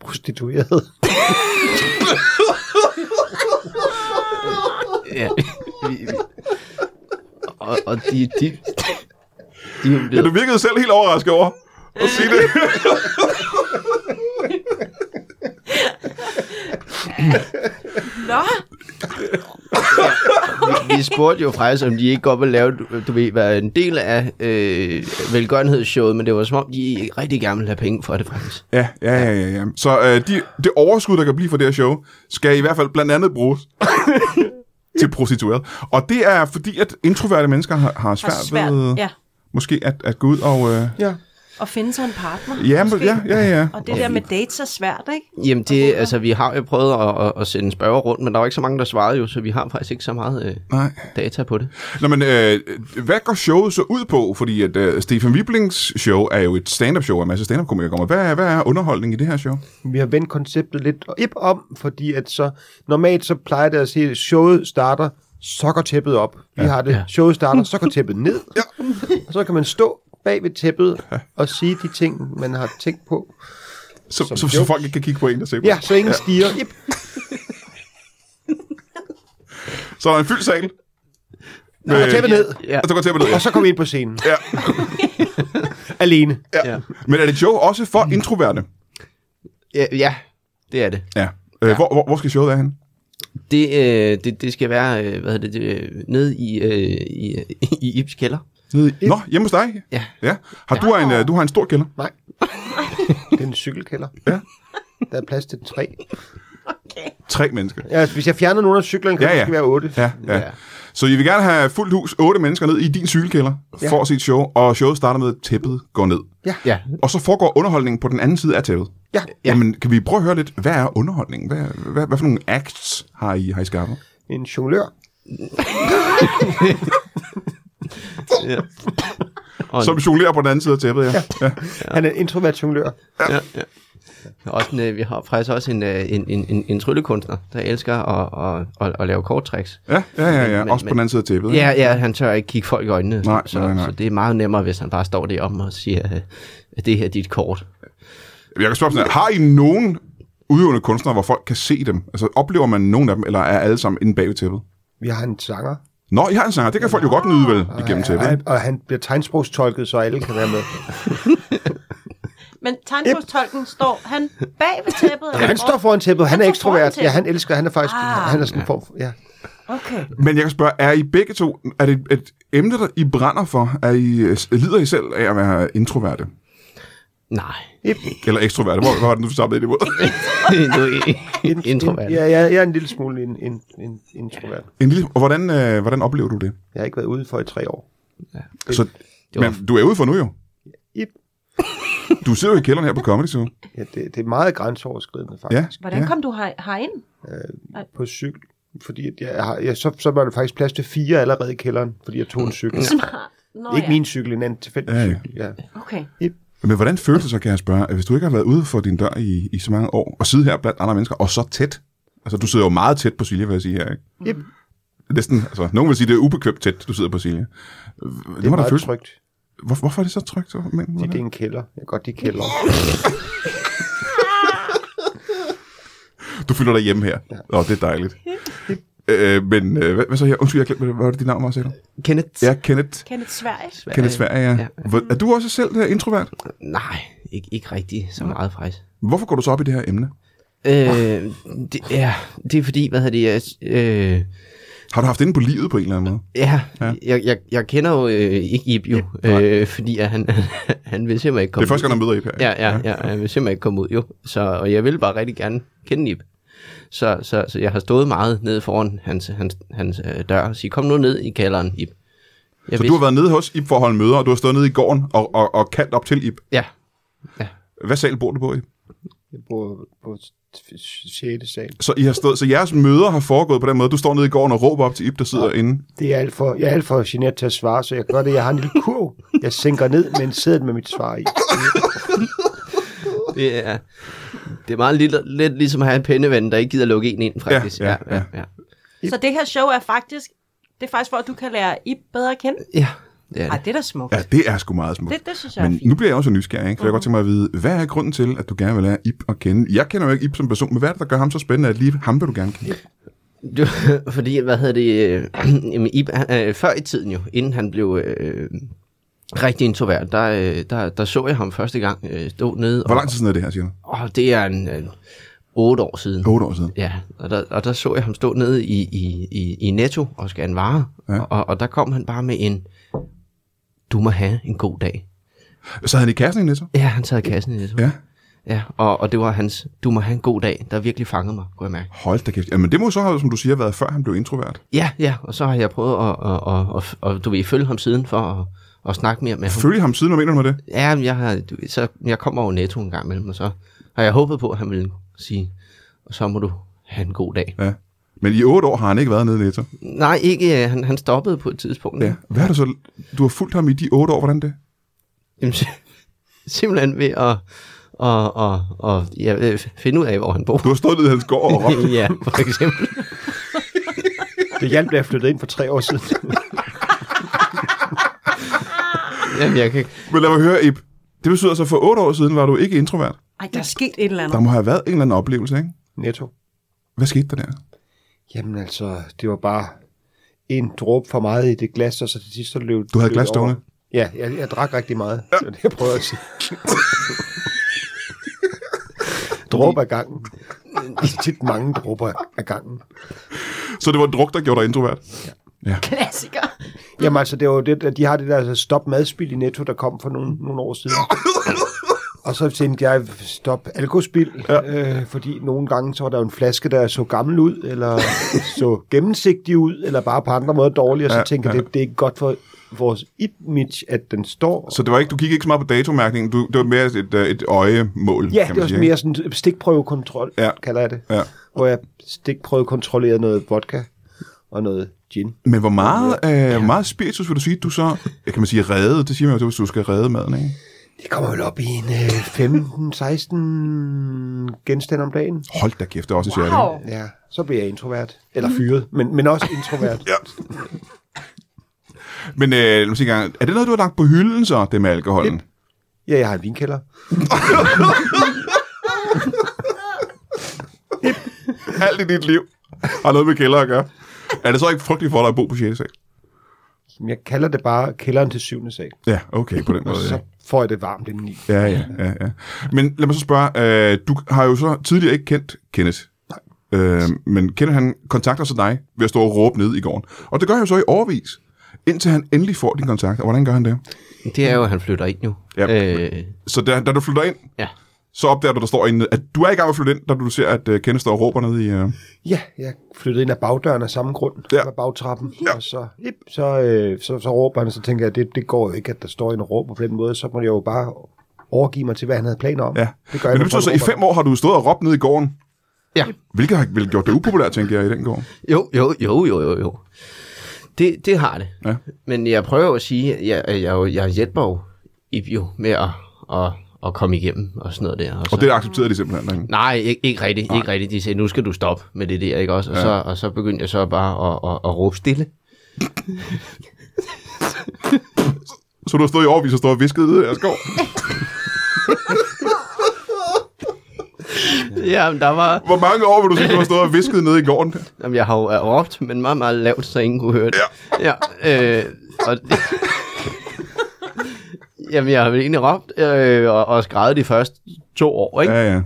S2: Prostitueret.
S5: Ja. vi, vi. Og, og de, de, de er jo
S1: Ja, du
S5: blevet...
S1: virkede selv helt overrasket over at sige det.
S4: Nå,
S5: Vi spurgte jo faktisk, om de ikke godt ville lave, du- du ved, være en del af øh, velgørenhedsshowet, men det var som om, de rigtig gerne ville have penge for det, faktisk.
S1: Ja, ja, ja, ja. ja. Så øh, de, det overskud, der kan blive for det her show, skal i hvert fald blandt andet bruges til prostitueret. Og det er fordi, at introverte mennesker har, har
S4: det
S1: svært,
S4: er svært.
S1: ved
S4: Ja,
S1: måske at, at gå ud og... Øh,
S2: ja.
S4: og finde sig en partner.
S1: ja, men-
S4: måske.
S1: ja, ja, ja.
S4: Og det der med dates er svært, ikke?
S5: Jamen det, altså vi har jo prøvet at, at, at sende spørger rundt, men der var ikke så mange, der svarede jo, så vi har faktisk ikke så meget øh,
S1: Nej.
S5: data på det.
S1: Nå, men øh, hvad går showet så ud på? Fordi at øh, Stefan Wiblings show er jo et stand-up show, og en masse stand-up komikere kommer. Hvad er, hvad er underholdning i det her show?
S2: Vi har vendt konceptet lidt op om, fordi at så, normalt så plejer det at sige, at showet starter, så går tæppet op. Vi har det,
S5: Ja.
S2: showet starter, så går tæppet ned. Ja. Og så kan man stå bag ved tæppet og sige de ting, man har tænkt på.
S1: Så,
S2: Som
S1: så, så
S2: joke.
S1: folk ikke kan kigge på en, der ser på.
S2: Ja, så ingen stiger. Yep.
S1: Så er der en fyldt sal,
S2: Så går tæppet ned,
S5: Ja,
S1: og så går tæppet ned.
S2: og så kommer vi ind på scenen.
S1: Ja.
S2: Alene.
S5: ja.
S1: Men er det show også for introverte?
S5: ja, ja det er det.
S1: Ja. Øh, hvor, hvor, hvor skal showet være henne?
S5: Det, øh, det, det skal være, øh, hvad hedder det, det øh, nede i, øh, i, i Ibs kælder.
S1: Nede i... Nå, hjemme hos dig?
S5: Ja.
S1: ja. Har du, en, øh, du har en stor kælder?
S2: Nej. Det er en cykelkælder. Ja. Der er plads til tre.
S1: Tre mennesker.
S2: Ja, altså, hvis jeg fjerner nogle af cyklerne, kan
S1: Ja,
S2: ja,
S1: ja.
S2: ja. det være otte.
S1: Ja, ja.
S5: Ja.
S1: Så I vil gerne have fuldt hus, otte mennesker ned i din cykelkælder ja. for at se et show, og showet starter med, at tæppet går ned.
S5: Ja.
S1: Og så foregår underholdningen på den anden side af tæppet.
S2: Ja.
S1: Jamen, kan vi prøve at høre lidt, hvad er underholdningen? Hvad, hvad, hvad for nogle acts har I, har I skaffet?
S2: En jonglør.
S5: Og en,
S1: Som jonglerer på den anden side af tæppet, ja. ja.
S2: Han er en introvert jonglør.
S5: ja, ja. Også en, øh, vi har faktisk også en, øh, en, en, en, en tryllekunstner, der elsker at, at, at, at lave korttricks.
S1: Ja, ja, ja, ja.
S5: Men-
S1: Også på
S5: men-
S1: den anden side af tæppet.
S5: Ja, ja, han tør ikke kigge folk i øjnene.
S1: Mm. Nej,
S5: så,
S1: nej, nej.
S5: så det er meget nemmere, hvis han bare står deromme og siger, øh, at det her er dit kort.
S1: Jeg kan spørge sådan her. Har I nogen udøvende kunstnere, hvor folk kan se dem? Altså, oplever man nogen af dem, eller er alle sammen inde bag ved tæppet?
S2: Vi har en sanger.
S1: Nå, I har en sanger. Det kan folk jo godt nyde vel igennem tæppet. ikke?
S2: Og, og han bliver tegnsprogstolket, så alle kan være med.
S4: Men tegnsprogstolken står han bag ved tæppet?
S2: Ja,
S4: eller
S2: han
S4: hvor?
S2: står foran tæppet. Han er
S4: Han står foran
S2: ekstrovert.
S4: tæppet.
S2: Ja, han elsker. Han er faktisk...
S4: Ah.
S2: Han er sådan en form... for- Ja.
S4: Okay.
S1: Men jeg kan spørge, er I begge to, er det et emne, der I brænder for? Er I, lider I selv af at være introverte?
S5: Nej,
S1: Eller ekstroverte? Hvor, hvor var det nu, du samlede det imod?
S5: nu er introvert.
S2: En, ja, jeg, jeg er en lille smule en, en, en introvert.
S1: En lille, og hvordan, øh, hvordan oplever du det?
S2: Jeg har ikke været udenfor i tre år.
S1: Så,
S5: Det var-
S1: Altså, men du er ude for nu jo.
S2: Ip.
S1: Du sidder jo i kælderen her på Comedy Zoo.
S2: Ja, det, det er meget grænseoverskridende, faktisk.
S1: Ja.
S4: Hvordan
S1: ja.
S4: kom du her, herind?
S2: På cykel. Fordi at jeg har, jeg, så, så var der faktisk plads til fire allerede i kælderen, fordi jeg tog en cykel. Ja.
S4: Nå,
S2: Ikke
S4: ja.
S2: min cykel, en anden tilfældig
S1: Ja, ja.
S2: cykel. Ja.
S4: Okay.
S1: Men hvordan føles det så, kan jeg spørge, at hvis du ikke har været ude for din dør i, i så mange år, og sidde her blandt andre mennesker, og så tæt? Altså, du sidder jo meget tæt på Silje, vil jeg sige her, ikke?
S2: Yep.
S1: Næsten, altså, nogen vil sige, det er ubekvemt tæt, du sidder på Silje. Det,
S2: Det er
S1: må da
S2: meget
S1: føles.
S2: trygt.
S1: Hvor, hvorfor er det så trygt? Så, men,
S2: Fordi det er en kælder. Jeg kan godt lide kælder.
S1: Du føler dig hjemme her. Ja. Nå, det er dejligt. øh, men øh, hvad, hvad så her? Undskyld, jeg glemte, hvad hvad var det dit navn var, sagde du?
S5: Kenneth?
S1: Ja, Kenneth.
S4: Kenneth Sverige.
S1: Kenneth Sverige, ja. Hvor- Er du også selv øh, introvert?
S5: Nej, ikke, ikke rigtig så meget faktisk.
S1: Hvorfor går du så op i det her emne?
S5: Øh, det, ja, det er fordi, hvad hedder det, jeg, øh,
S1: Har du haft det inde på livet på en eller anden måde?
S5: ja, jeg, jeg, jeg kender jo øh, ikke Ip jo, øh, fordi at han, han vil simpelthen ikke
S1: Det
S5: komme
S1: er første
S5: ud.
S1: gang, jeg møder Ip her. ikke?
S5: Ja, ja, ja, han vil simpelthen ikke komme ud jo, så, og jeg vil bare rigtig gerne kende Ip. Så, så, så jeg har stået meget nede foran hans, hans, hans øh, dør og sige, kom nu ned i kælderen, Ip. Jeg
S1: Så du har været nede hos Ip for at holde møder, og du har stået nede i gården og, og, og kaldt op til Ip.
S5: Ja,
S1: Hvad sal bor du på, Ip?
S2: Jeg bor på 6. sal.
S1: Så, I har stået, så jeres møder har foregået på den måde. Du står nede i gården og råber op til Ip, der sidder ja. inde.
S2: Det er alt for, jeg er alt for genert til at svare, så jeg gør det. Jeg har en lille kurv. Jeg sænker ned med en sædel med mit svar i.
S5: det er, det er meget lidt, lidt ligesom at have en penneven, der ikke gider lukke en ind, faktisk.
S1: ja, ja.
S5: ja.
S4: Så det her show er faktisk, det er faktisk for, at du kan lære I bedre at kende.
S5: ja det er
S4: Ej,
S5: det.
S4: det er da smukt.
S1: Ja, det er sgu meget smukt.
S4: Det, det synes jeg er
S1: Men
S4: fint. Mhm.
S1: nu bliver jeg også nysgerrig, ikke? for jeg kunne godt tænke mig at vide, hvad er grunden til, at du gerne vil lære Ip at kende? Jeg kender jo ikke Ip som person, men hvad er det, der gør ham så spændende, at lige ham vil du gerne kende?
S5: Du- Fordi, hvad hedder det, øh, jamen, Ib, han, øh, før i tiden jo, inden han blev øh, rigtig introvert, der, øh, der, der så jeg ham første gang øh, stå nede.
S1: Hvor lang tid siden er det her, siger du?
S5: Og, og det er en, øh, otte år siden.
S1: 8 år siden.
S5: Ja, og der, og der så jeg ham stå nede i, i, i, i Netto og skal en vare, ja. og, og der kom han bare med en, du må have en god dag.
S1: Så havde han i kassen i Netto?
S5: Ja, han sad i kassen i Netto.
S1: Ja.
S5: Ja, og, og det var hans, du må have en god dag, der virkelig fangede mig, kunne jeg mærke.
S1: Hold da kæft. Jamen det må så have, som du siger, været før han blev introvert.
S5: Ja, ja, og så har jeg prøvet at, at, at, at, at du ved, følge ham siden for at, at snakke mere med ham.
S1: Følge ham siden, hvad mener du med det?
S5: Ja, men jeg, har, du, ved, så, jeg kommer over netto en gang imellem, og så har jeg håbet på, at han ville sige, og så må du have en god dag.
S1: Ja. Men i 8 år har han ikke været nede i Netto.
S5: Nej, ikke, øh, han, han stoppede på et tidspunkt.
S1: Ja. Hvad har du så... Du har fulgt ham i de 8 år, hvordan det?
S5: Jamen, sim- simpelthen ved at, at, at, at ja, øh, finde ud af, hvor han bor.
S1: Du har stået nede i hans gård og råbt.
S5: ja, for eksempel.
S2: Det hjalp, da jeg flyttede ind for tre år siden.
S5: Jamen, jeg kan,
S1: Men lad mig høre, Ip. Det betyder så, for 8 år siden var du ikke introvert.
S4: Ej, der er sket et eller
S1: Der
S4: andet.
S1: må have været en eller anden oplevelse, ikke?
S2: Netto.
S1: Hvad skete der der?
S2: Jamen altså, det var bare en dråbe for meget i det glas, og så til sidst så løb
S1: Du havde
S2: løb
S1: glas
S2: det over.
S1: stående?
S2: Ja, jeg, jeg drak rigtig meget. Ja. Det var det, jeg prøver at sige. Dråber af gangen. Det er tit mange dråber af gangen.
S1: Så det var druk, der gjorde dig introvert?
S4: Klassiker.
S2: Jamen altså, det var jo det, at de har det der altså, stop madspil i Netto, der kom for nogle, nogle år siden. Og så tænkte jeg, stop alkospil, ja. øh, fordi nogle gange så var der jo en flaske, der så gammel ud, eller så gennemsigtig ud, eller bare på andre måder dårlig, og så
S1: Ja,
S2: ja, tænker jeg, det, det er ikke godt for vores image, at den står.
S1: Så det var ikke, du kiggede ikke så meget på datomærkningen, du, det var mere et, øh, et øjemål,
S2: Ja,
S1: kan man
S2: det var sådan
S1: sige. ikke?
S2: mere sådan stikprøvekontrol,
S1: Ja.
S2: ja. kalder jeg det.
S1: Ja.
S2: Hvor jeg stikprøvekontrollerede noget vodka og noget gin.
S1: Men hvor meget, øh, hvor meget spiritus vil du sige, at du så, øh, kan man sige, redde? Det siger man jo, hvis du skal redde maden, ikke?
S2: Det kommer vel op i en øh, 15-16 genstande om dagen.
S1: Hold da kæft, det er også wow. sjældent.
S4: Wow.
S2: Ja, så bliver jeg introvert. Eller fyret, men, men også introvert. ja.
S1: Men øh, lad mig sige en gang, er det noget, du har lagt på hylden så, det med alkoholen?
S2: ja, jeg har en vinkælder.
S1: Alt i dit liv har noget med kælder at gøre. Er det så ikke frygteligt for dig at bo på 6. sal?
S2: Jamen, Jeg kalder det bare kælderen til syvende sal.
S1: Ja, okay, på den måde. ja.
S2: Så får jeg det varmt indeni.
S1: Ja, ja, ja, ja. Men lad mig så spørge, øh, du har jo så tidligere ikke kendt Kenneth. Øh, men Kenneth, han kontakter så dig ved at stå og råbe ned i gården. Og det gør han jo så i overvis, indtil han endelig får din kontakt. Og hvordan gør han det?
S5: Det er jo, at han flytter ind nu.
S1: Ja.
S5: Øh,
S1: Så da, da du flytter ind,
S5: ja.
S1: så opdager du, der står en, at du er i gang med at flytte ind, da du ser, at øh, Kenneth står og råber ned i... Øh,
S2: Ja, jeg flyttede ind af bagdøren af samme grund,
S1: Ja.
S2: ja. af bagtrappen, ja. og så, ip, så, øh, så, så råber han, og så tænker jeg, det, det går jo ikke, at der står en og råber på den måde, så må jeg jo bare overgive mig til, hvad han havde planer om.
S1: ja.
S2: Det gør
S1: men
S2: jeg,
S1: det
S2: når
S1: betyder
S2: folk
S1: så, at i
S2: råber.
S1: fem år har du stået og råbt ned i gården.
S5: ja.
S1: Hvilket har vel gjort det upopulært, tænker jeg, i den gård.
S5: Jo, jo, jo, jo, jo, jo. Det, det har det.
S1: Ja.
S5: Men jeg prøver jo at sige, at jeg, jeg, jeg, jeg hjælper jo, Ib jo med at, at, at komme igennem og sådan noget der. så-
S1: Og det accepterede de simpelthen. Ikke?
S5: Nej, ikke, ikke rigtigt. Ikke rigtigt. De sagde, nu skal du stoppe med det der, ikke også? Og, ja. så, og så begyndte jeg så bare at, at, at råbe stille.
S1: Så du har stået i overvis og stået og visket ned i jeres gård.
S5: Jamen, der var...
S1: Hvor mange år vil du sige, du har stået og visket ned i gården?
S5: Jamen, jeg har jo er råbt, men meget, meget lavt, så ingen kunne høre det. Ja. ja øh, og, jamen, jeg har vel egentlig råbt øh, og, og skrevet de første to år, ikke?
S1: Ja, ja.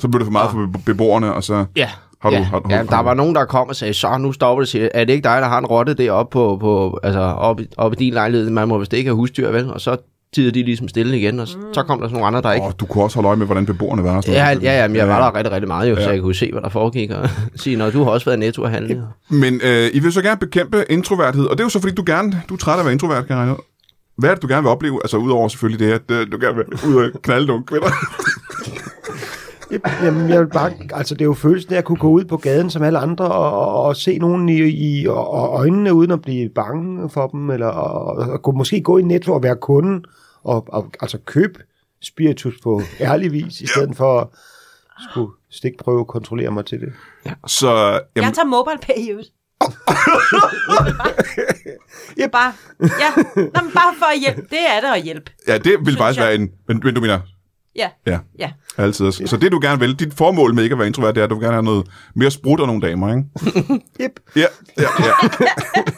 S1: Så blev det for meget for be- beboerne, og så...
S5: Ja.
S1: Har du-
S5: ja.
S1: har du-
S5: ja, der var nogen, der kom og sagde, så nu stopper det. Siger, er det ikke dig, der har en rotte deroppe på, på, altså, op, i- op i din lejlighed? Man må vist ikke have husdyr, vel? Og så tider de ligesom stille igen, og så,
S1: Mm.
S5: så kom der sådan nogle andre, der ikke...
S1: Åh, du kunne også holde øje med, hvordan beboerne var. og sådan
S5: Ja,
S1: noget.
S5: ja, ja, men jeg var der rigtig, rigtig meget jo, så jeg kunne se, hvad der foregik, og sige, når du har også været netto og handle.
S1: Men øh, I vil så gerne bekæmpe introverthed, og det er jo så, fordi du gerne... Du er træt af at være introvert, kan jeg regne ud. Hvad er det, du gerne vil opleve? Altså, udover selvfølgelig det, at øh, du gerne vil ud og knalde nogle kvinder.
S2: Jamen, jeg vil bare, altså, det er jo følelsen af at kunne gå ud på gaden som alle andre og, og, og se nogen i, i og, og øjnene uden at blive bange for dem, eller og, og, og måske gå i netto og være kunde, og, og altså købe spiritus på ærlig vis, i stedet for at skulle stikprøve at kontrollere mig til det.
S1: Så,
S4: Jeg
S1: jamen,
S4: tager mobile pay i øvrigt. det er bare, ja, Nå, men bare for at hjælpe. Det er det at hjælpe.
S1: ja, det vil faktisk
S4: jeg-
S1: være en... Men, men du mener...
S4: Ja,
S1: Ja,
S4: ja.
S1: altid. også. Så det, du gerne vil... Dit formål med ikke at være introvert, det er, at du vil gerne have noget mere sprut og nogle damer, ikke?
S2: Yep.
S1: Ja, ja, ja.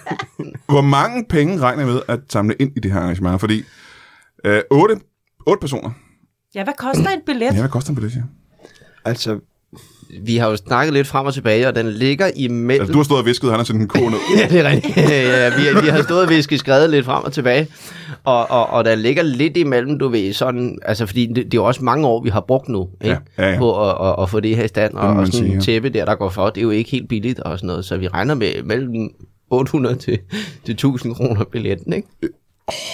S1: Hvor mange penge regner I med at samle ind i det her arrangement? Fordi øh, 8, 8 personer.
S4: Ja, hvad koster en billet?
S1: Ja, hvad koster en billet, ja?
S2: Altså,
S5: Vi har jo snakket lidt frem og tilbage, og den ligger imellem...
S1: Altså, du har stået og visket, han har sendt en ko ned.
S5: Ja, det er rigtigt. ja, vi, vi har stået og visket skrevet lidt frem og tilbage, og, og, og der ligger lidt imellem, du ved, sådan, altså fordi det, det er jo også mange år, vi har brugt nu, ikke?
S1: Ja, ja, ja.
S5: på at, at, at få det her i stand,
S1: Det
S5: og,
S1: må man
S5: og sådan
S1: sige, ja.
S5: en tæppe der, der går for, det er jo ikke helt billigt og sådan noget, så vi regner med mellem 800 til, til 1000 kroner billetten, ikke?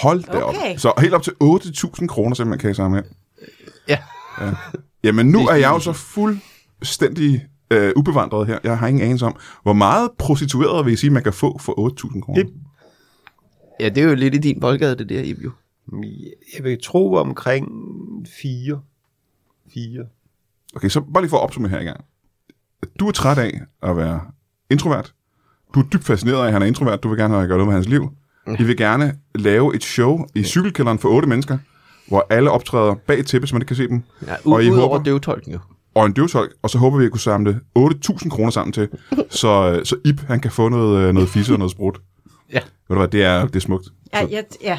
S1: Hold da op.
S4: Okay.
S1: Så helt op til 8.000 kroner simpelthen kan I samle ind.
S5: Ja.
S1: Jamen, nu er jeg jo så fuldstændig øh, ubevandret her. Jeg har ingen anelse om, hvor meget prostitueret vil I sige, man kan få for 8.000 kroner?
S5: Ja, det er jo lidt i din boldgade, det der, Ibio.
S2: jeg vil tro omkring fire. Fire.
S1: Okay, så bare lige for at opsummere her i gang. Du er træt af at være introvert. Du er dybt fascineret af, at han er introvert. Du vil gerne have gøre noget med hans liv.
S5: Mhm.
S1: I vil gerne lave et show i cykelkælderen for otte mennesker, hvor alle optræder bag tæppe, så man ikke kan se dem.
S5: Ja, u-
S1: og I
S5: udover
S1: håber,
S5: døvtolken jo.
S1: og en døvtolk, og så håber vi at kunne samle 8.000 kroner sammen til, så, øh, så Ip han kan få noget, øh, noget fisse og noget sprut.
S5: Ja.
S1: Ved du hvad, det er, det er smukt.
S4: Ja, ja, ja.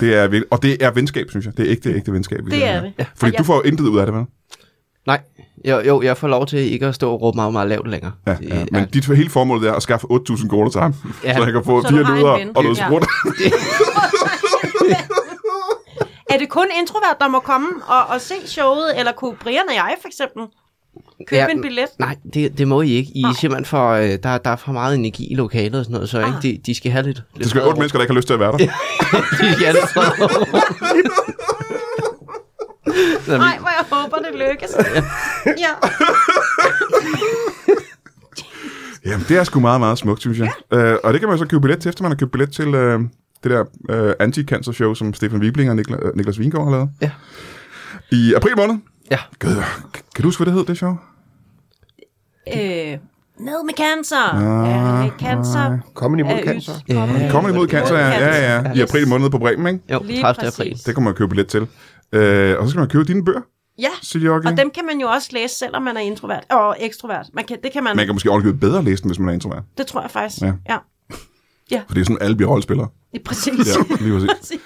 S1: Det er, virkelig- og det er venskab, synes jeg. Det er ægte, ægte venskab. vi
S4: Det
S1: har
S4: er
S1: her.
S4: det. Ja.
S1: Fordi
S4: Og
S1: du
S4: jeg-
S1: får jo intet ud af det, vel?
S5: Nej, jo, jo, jeg får lov til ikke at stå og råbe meget, meget lavt længere.
S1: Ja,
S5: Det-
S1: ja, men dit hele formål er at skaffe 8.000 kroner til ham, ja.
S5: Ja.
S1: så han kan få
S4: Så du
S1: fire
S4: har en
S1: luder
S4: ven.
S1: og noget
S4: Ja.
S1: sprutter.
S4: Er det kun introvert, der må komme og, og se showet, eller kunne Brian og jeg for eksempel købe ja, en billet? Ah.
S5: Nej, det, det må I ikke. I
S4: Nej.
S5: er simpelthen for, øh, der, der er for meget energi i lokalet og sådan noget, så
S4: Ah.
S5: ikke, de, de skal have lidt. lidt
S1: Det skal være
S5: fred
S1: otte mennesker, der ikke har lyst til at være der.
S5: rum. de skal have lidt fred rum. Når vi-
S4: Nej, hvor jeg håber, det lykkes. ja.
S1: Jamen, det er sgu meget, meget smukt, synes jeg. Øh, og det kan man jo så købe billet til, efter man har købt billet til øh, det der øh, anti-cancer-show, som Stefan Wibling og Nikla, øh, Niklas Vingård har lavet.
S5: Ja.
S1: I april måned.
S5: Ja.
S1: Gud, kan, kan du huske, hvad det hed, det show?
S4: Øh, ned med cancer.
S1: Ah,
S4: Ja, med cancer.
S2: Kommen imod
S4: Øh,
S2: cancer.
S4: yt- kommer-
S1: Kommet imod cancer, ja, ja, ja. I
S4: Yes.
S1: april måned på Bremen, ikke?
S5: Jo,
S4: Lige
S5: 30.
S4: præcis.
S5: april.
S1: Det kan man købe billet til. Øh, og så skal man købe dine bøger,
S4: Ja,
S1: siger Jorgi.
S4: og dem kan man jo også læse, selvom man er introvert og ekstrovert. Man kan, det kan man,
S1: Man kan måske overgivet bedre læse den, hvis man er introvert.
S4: det tror jeg faktisk.
S1: Ja.
S4: Ja, ja.
S1: For det er sådan, alle bliver rollespillere.
S4: det er præcis.
S1: Ja,
S4: Ja.
S1: lige præcis.
S4: præcis.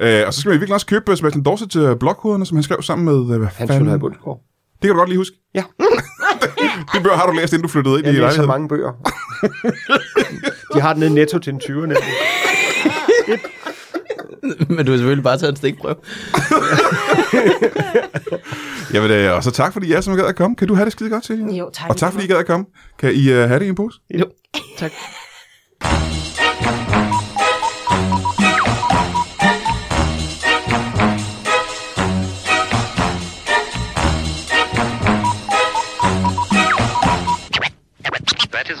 S1: Øh, og så skal man virkelig også købe øh, Sebastian Dorset til øh, blokhoderne, som han skrev sammen med... øh, Hvad
S2: Hans
S1: fanden?
S2: Sønderhavn Bundsgaard.
S1: Det kan du godt lige huske.
S2: Ja.
S1: Det bøger har du læst, inden du flyttede ind
S2: Jeg
S1: i
S2: læser
S1: lejligheden.
S2: mange bøger. De har den nede i netto til en 20'er nemlig.
S5: Men du har selvfølgelig bare taget en stikprøve.
S1: Jamen, øh, og så tak, fordi I er som gad at komme. Kan du have det skide godt til jer?
S4: Jo, tak.
S1: Og tak, fordi I gad at komme. Kan I øh, have det i en pose?
S5: Jo, tak.
S7: That is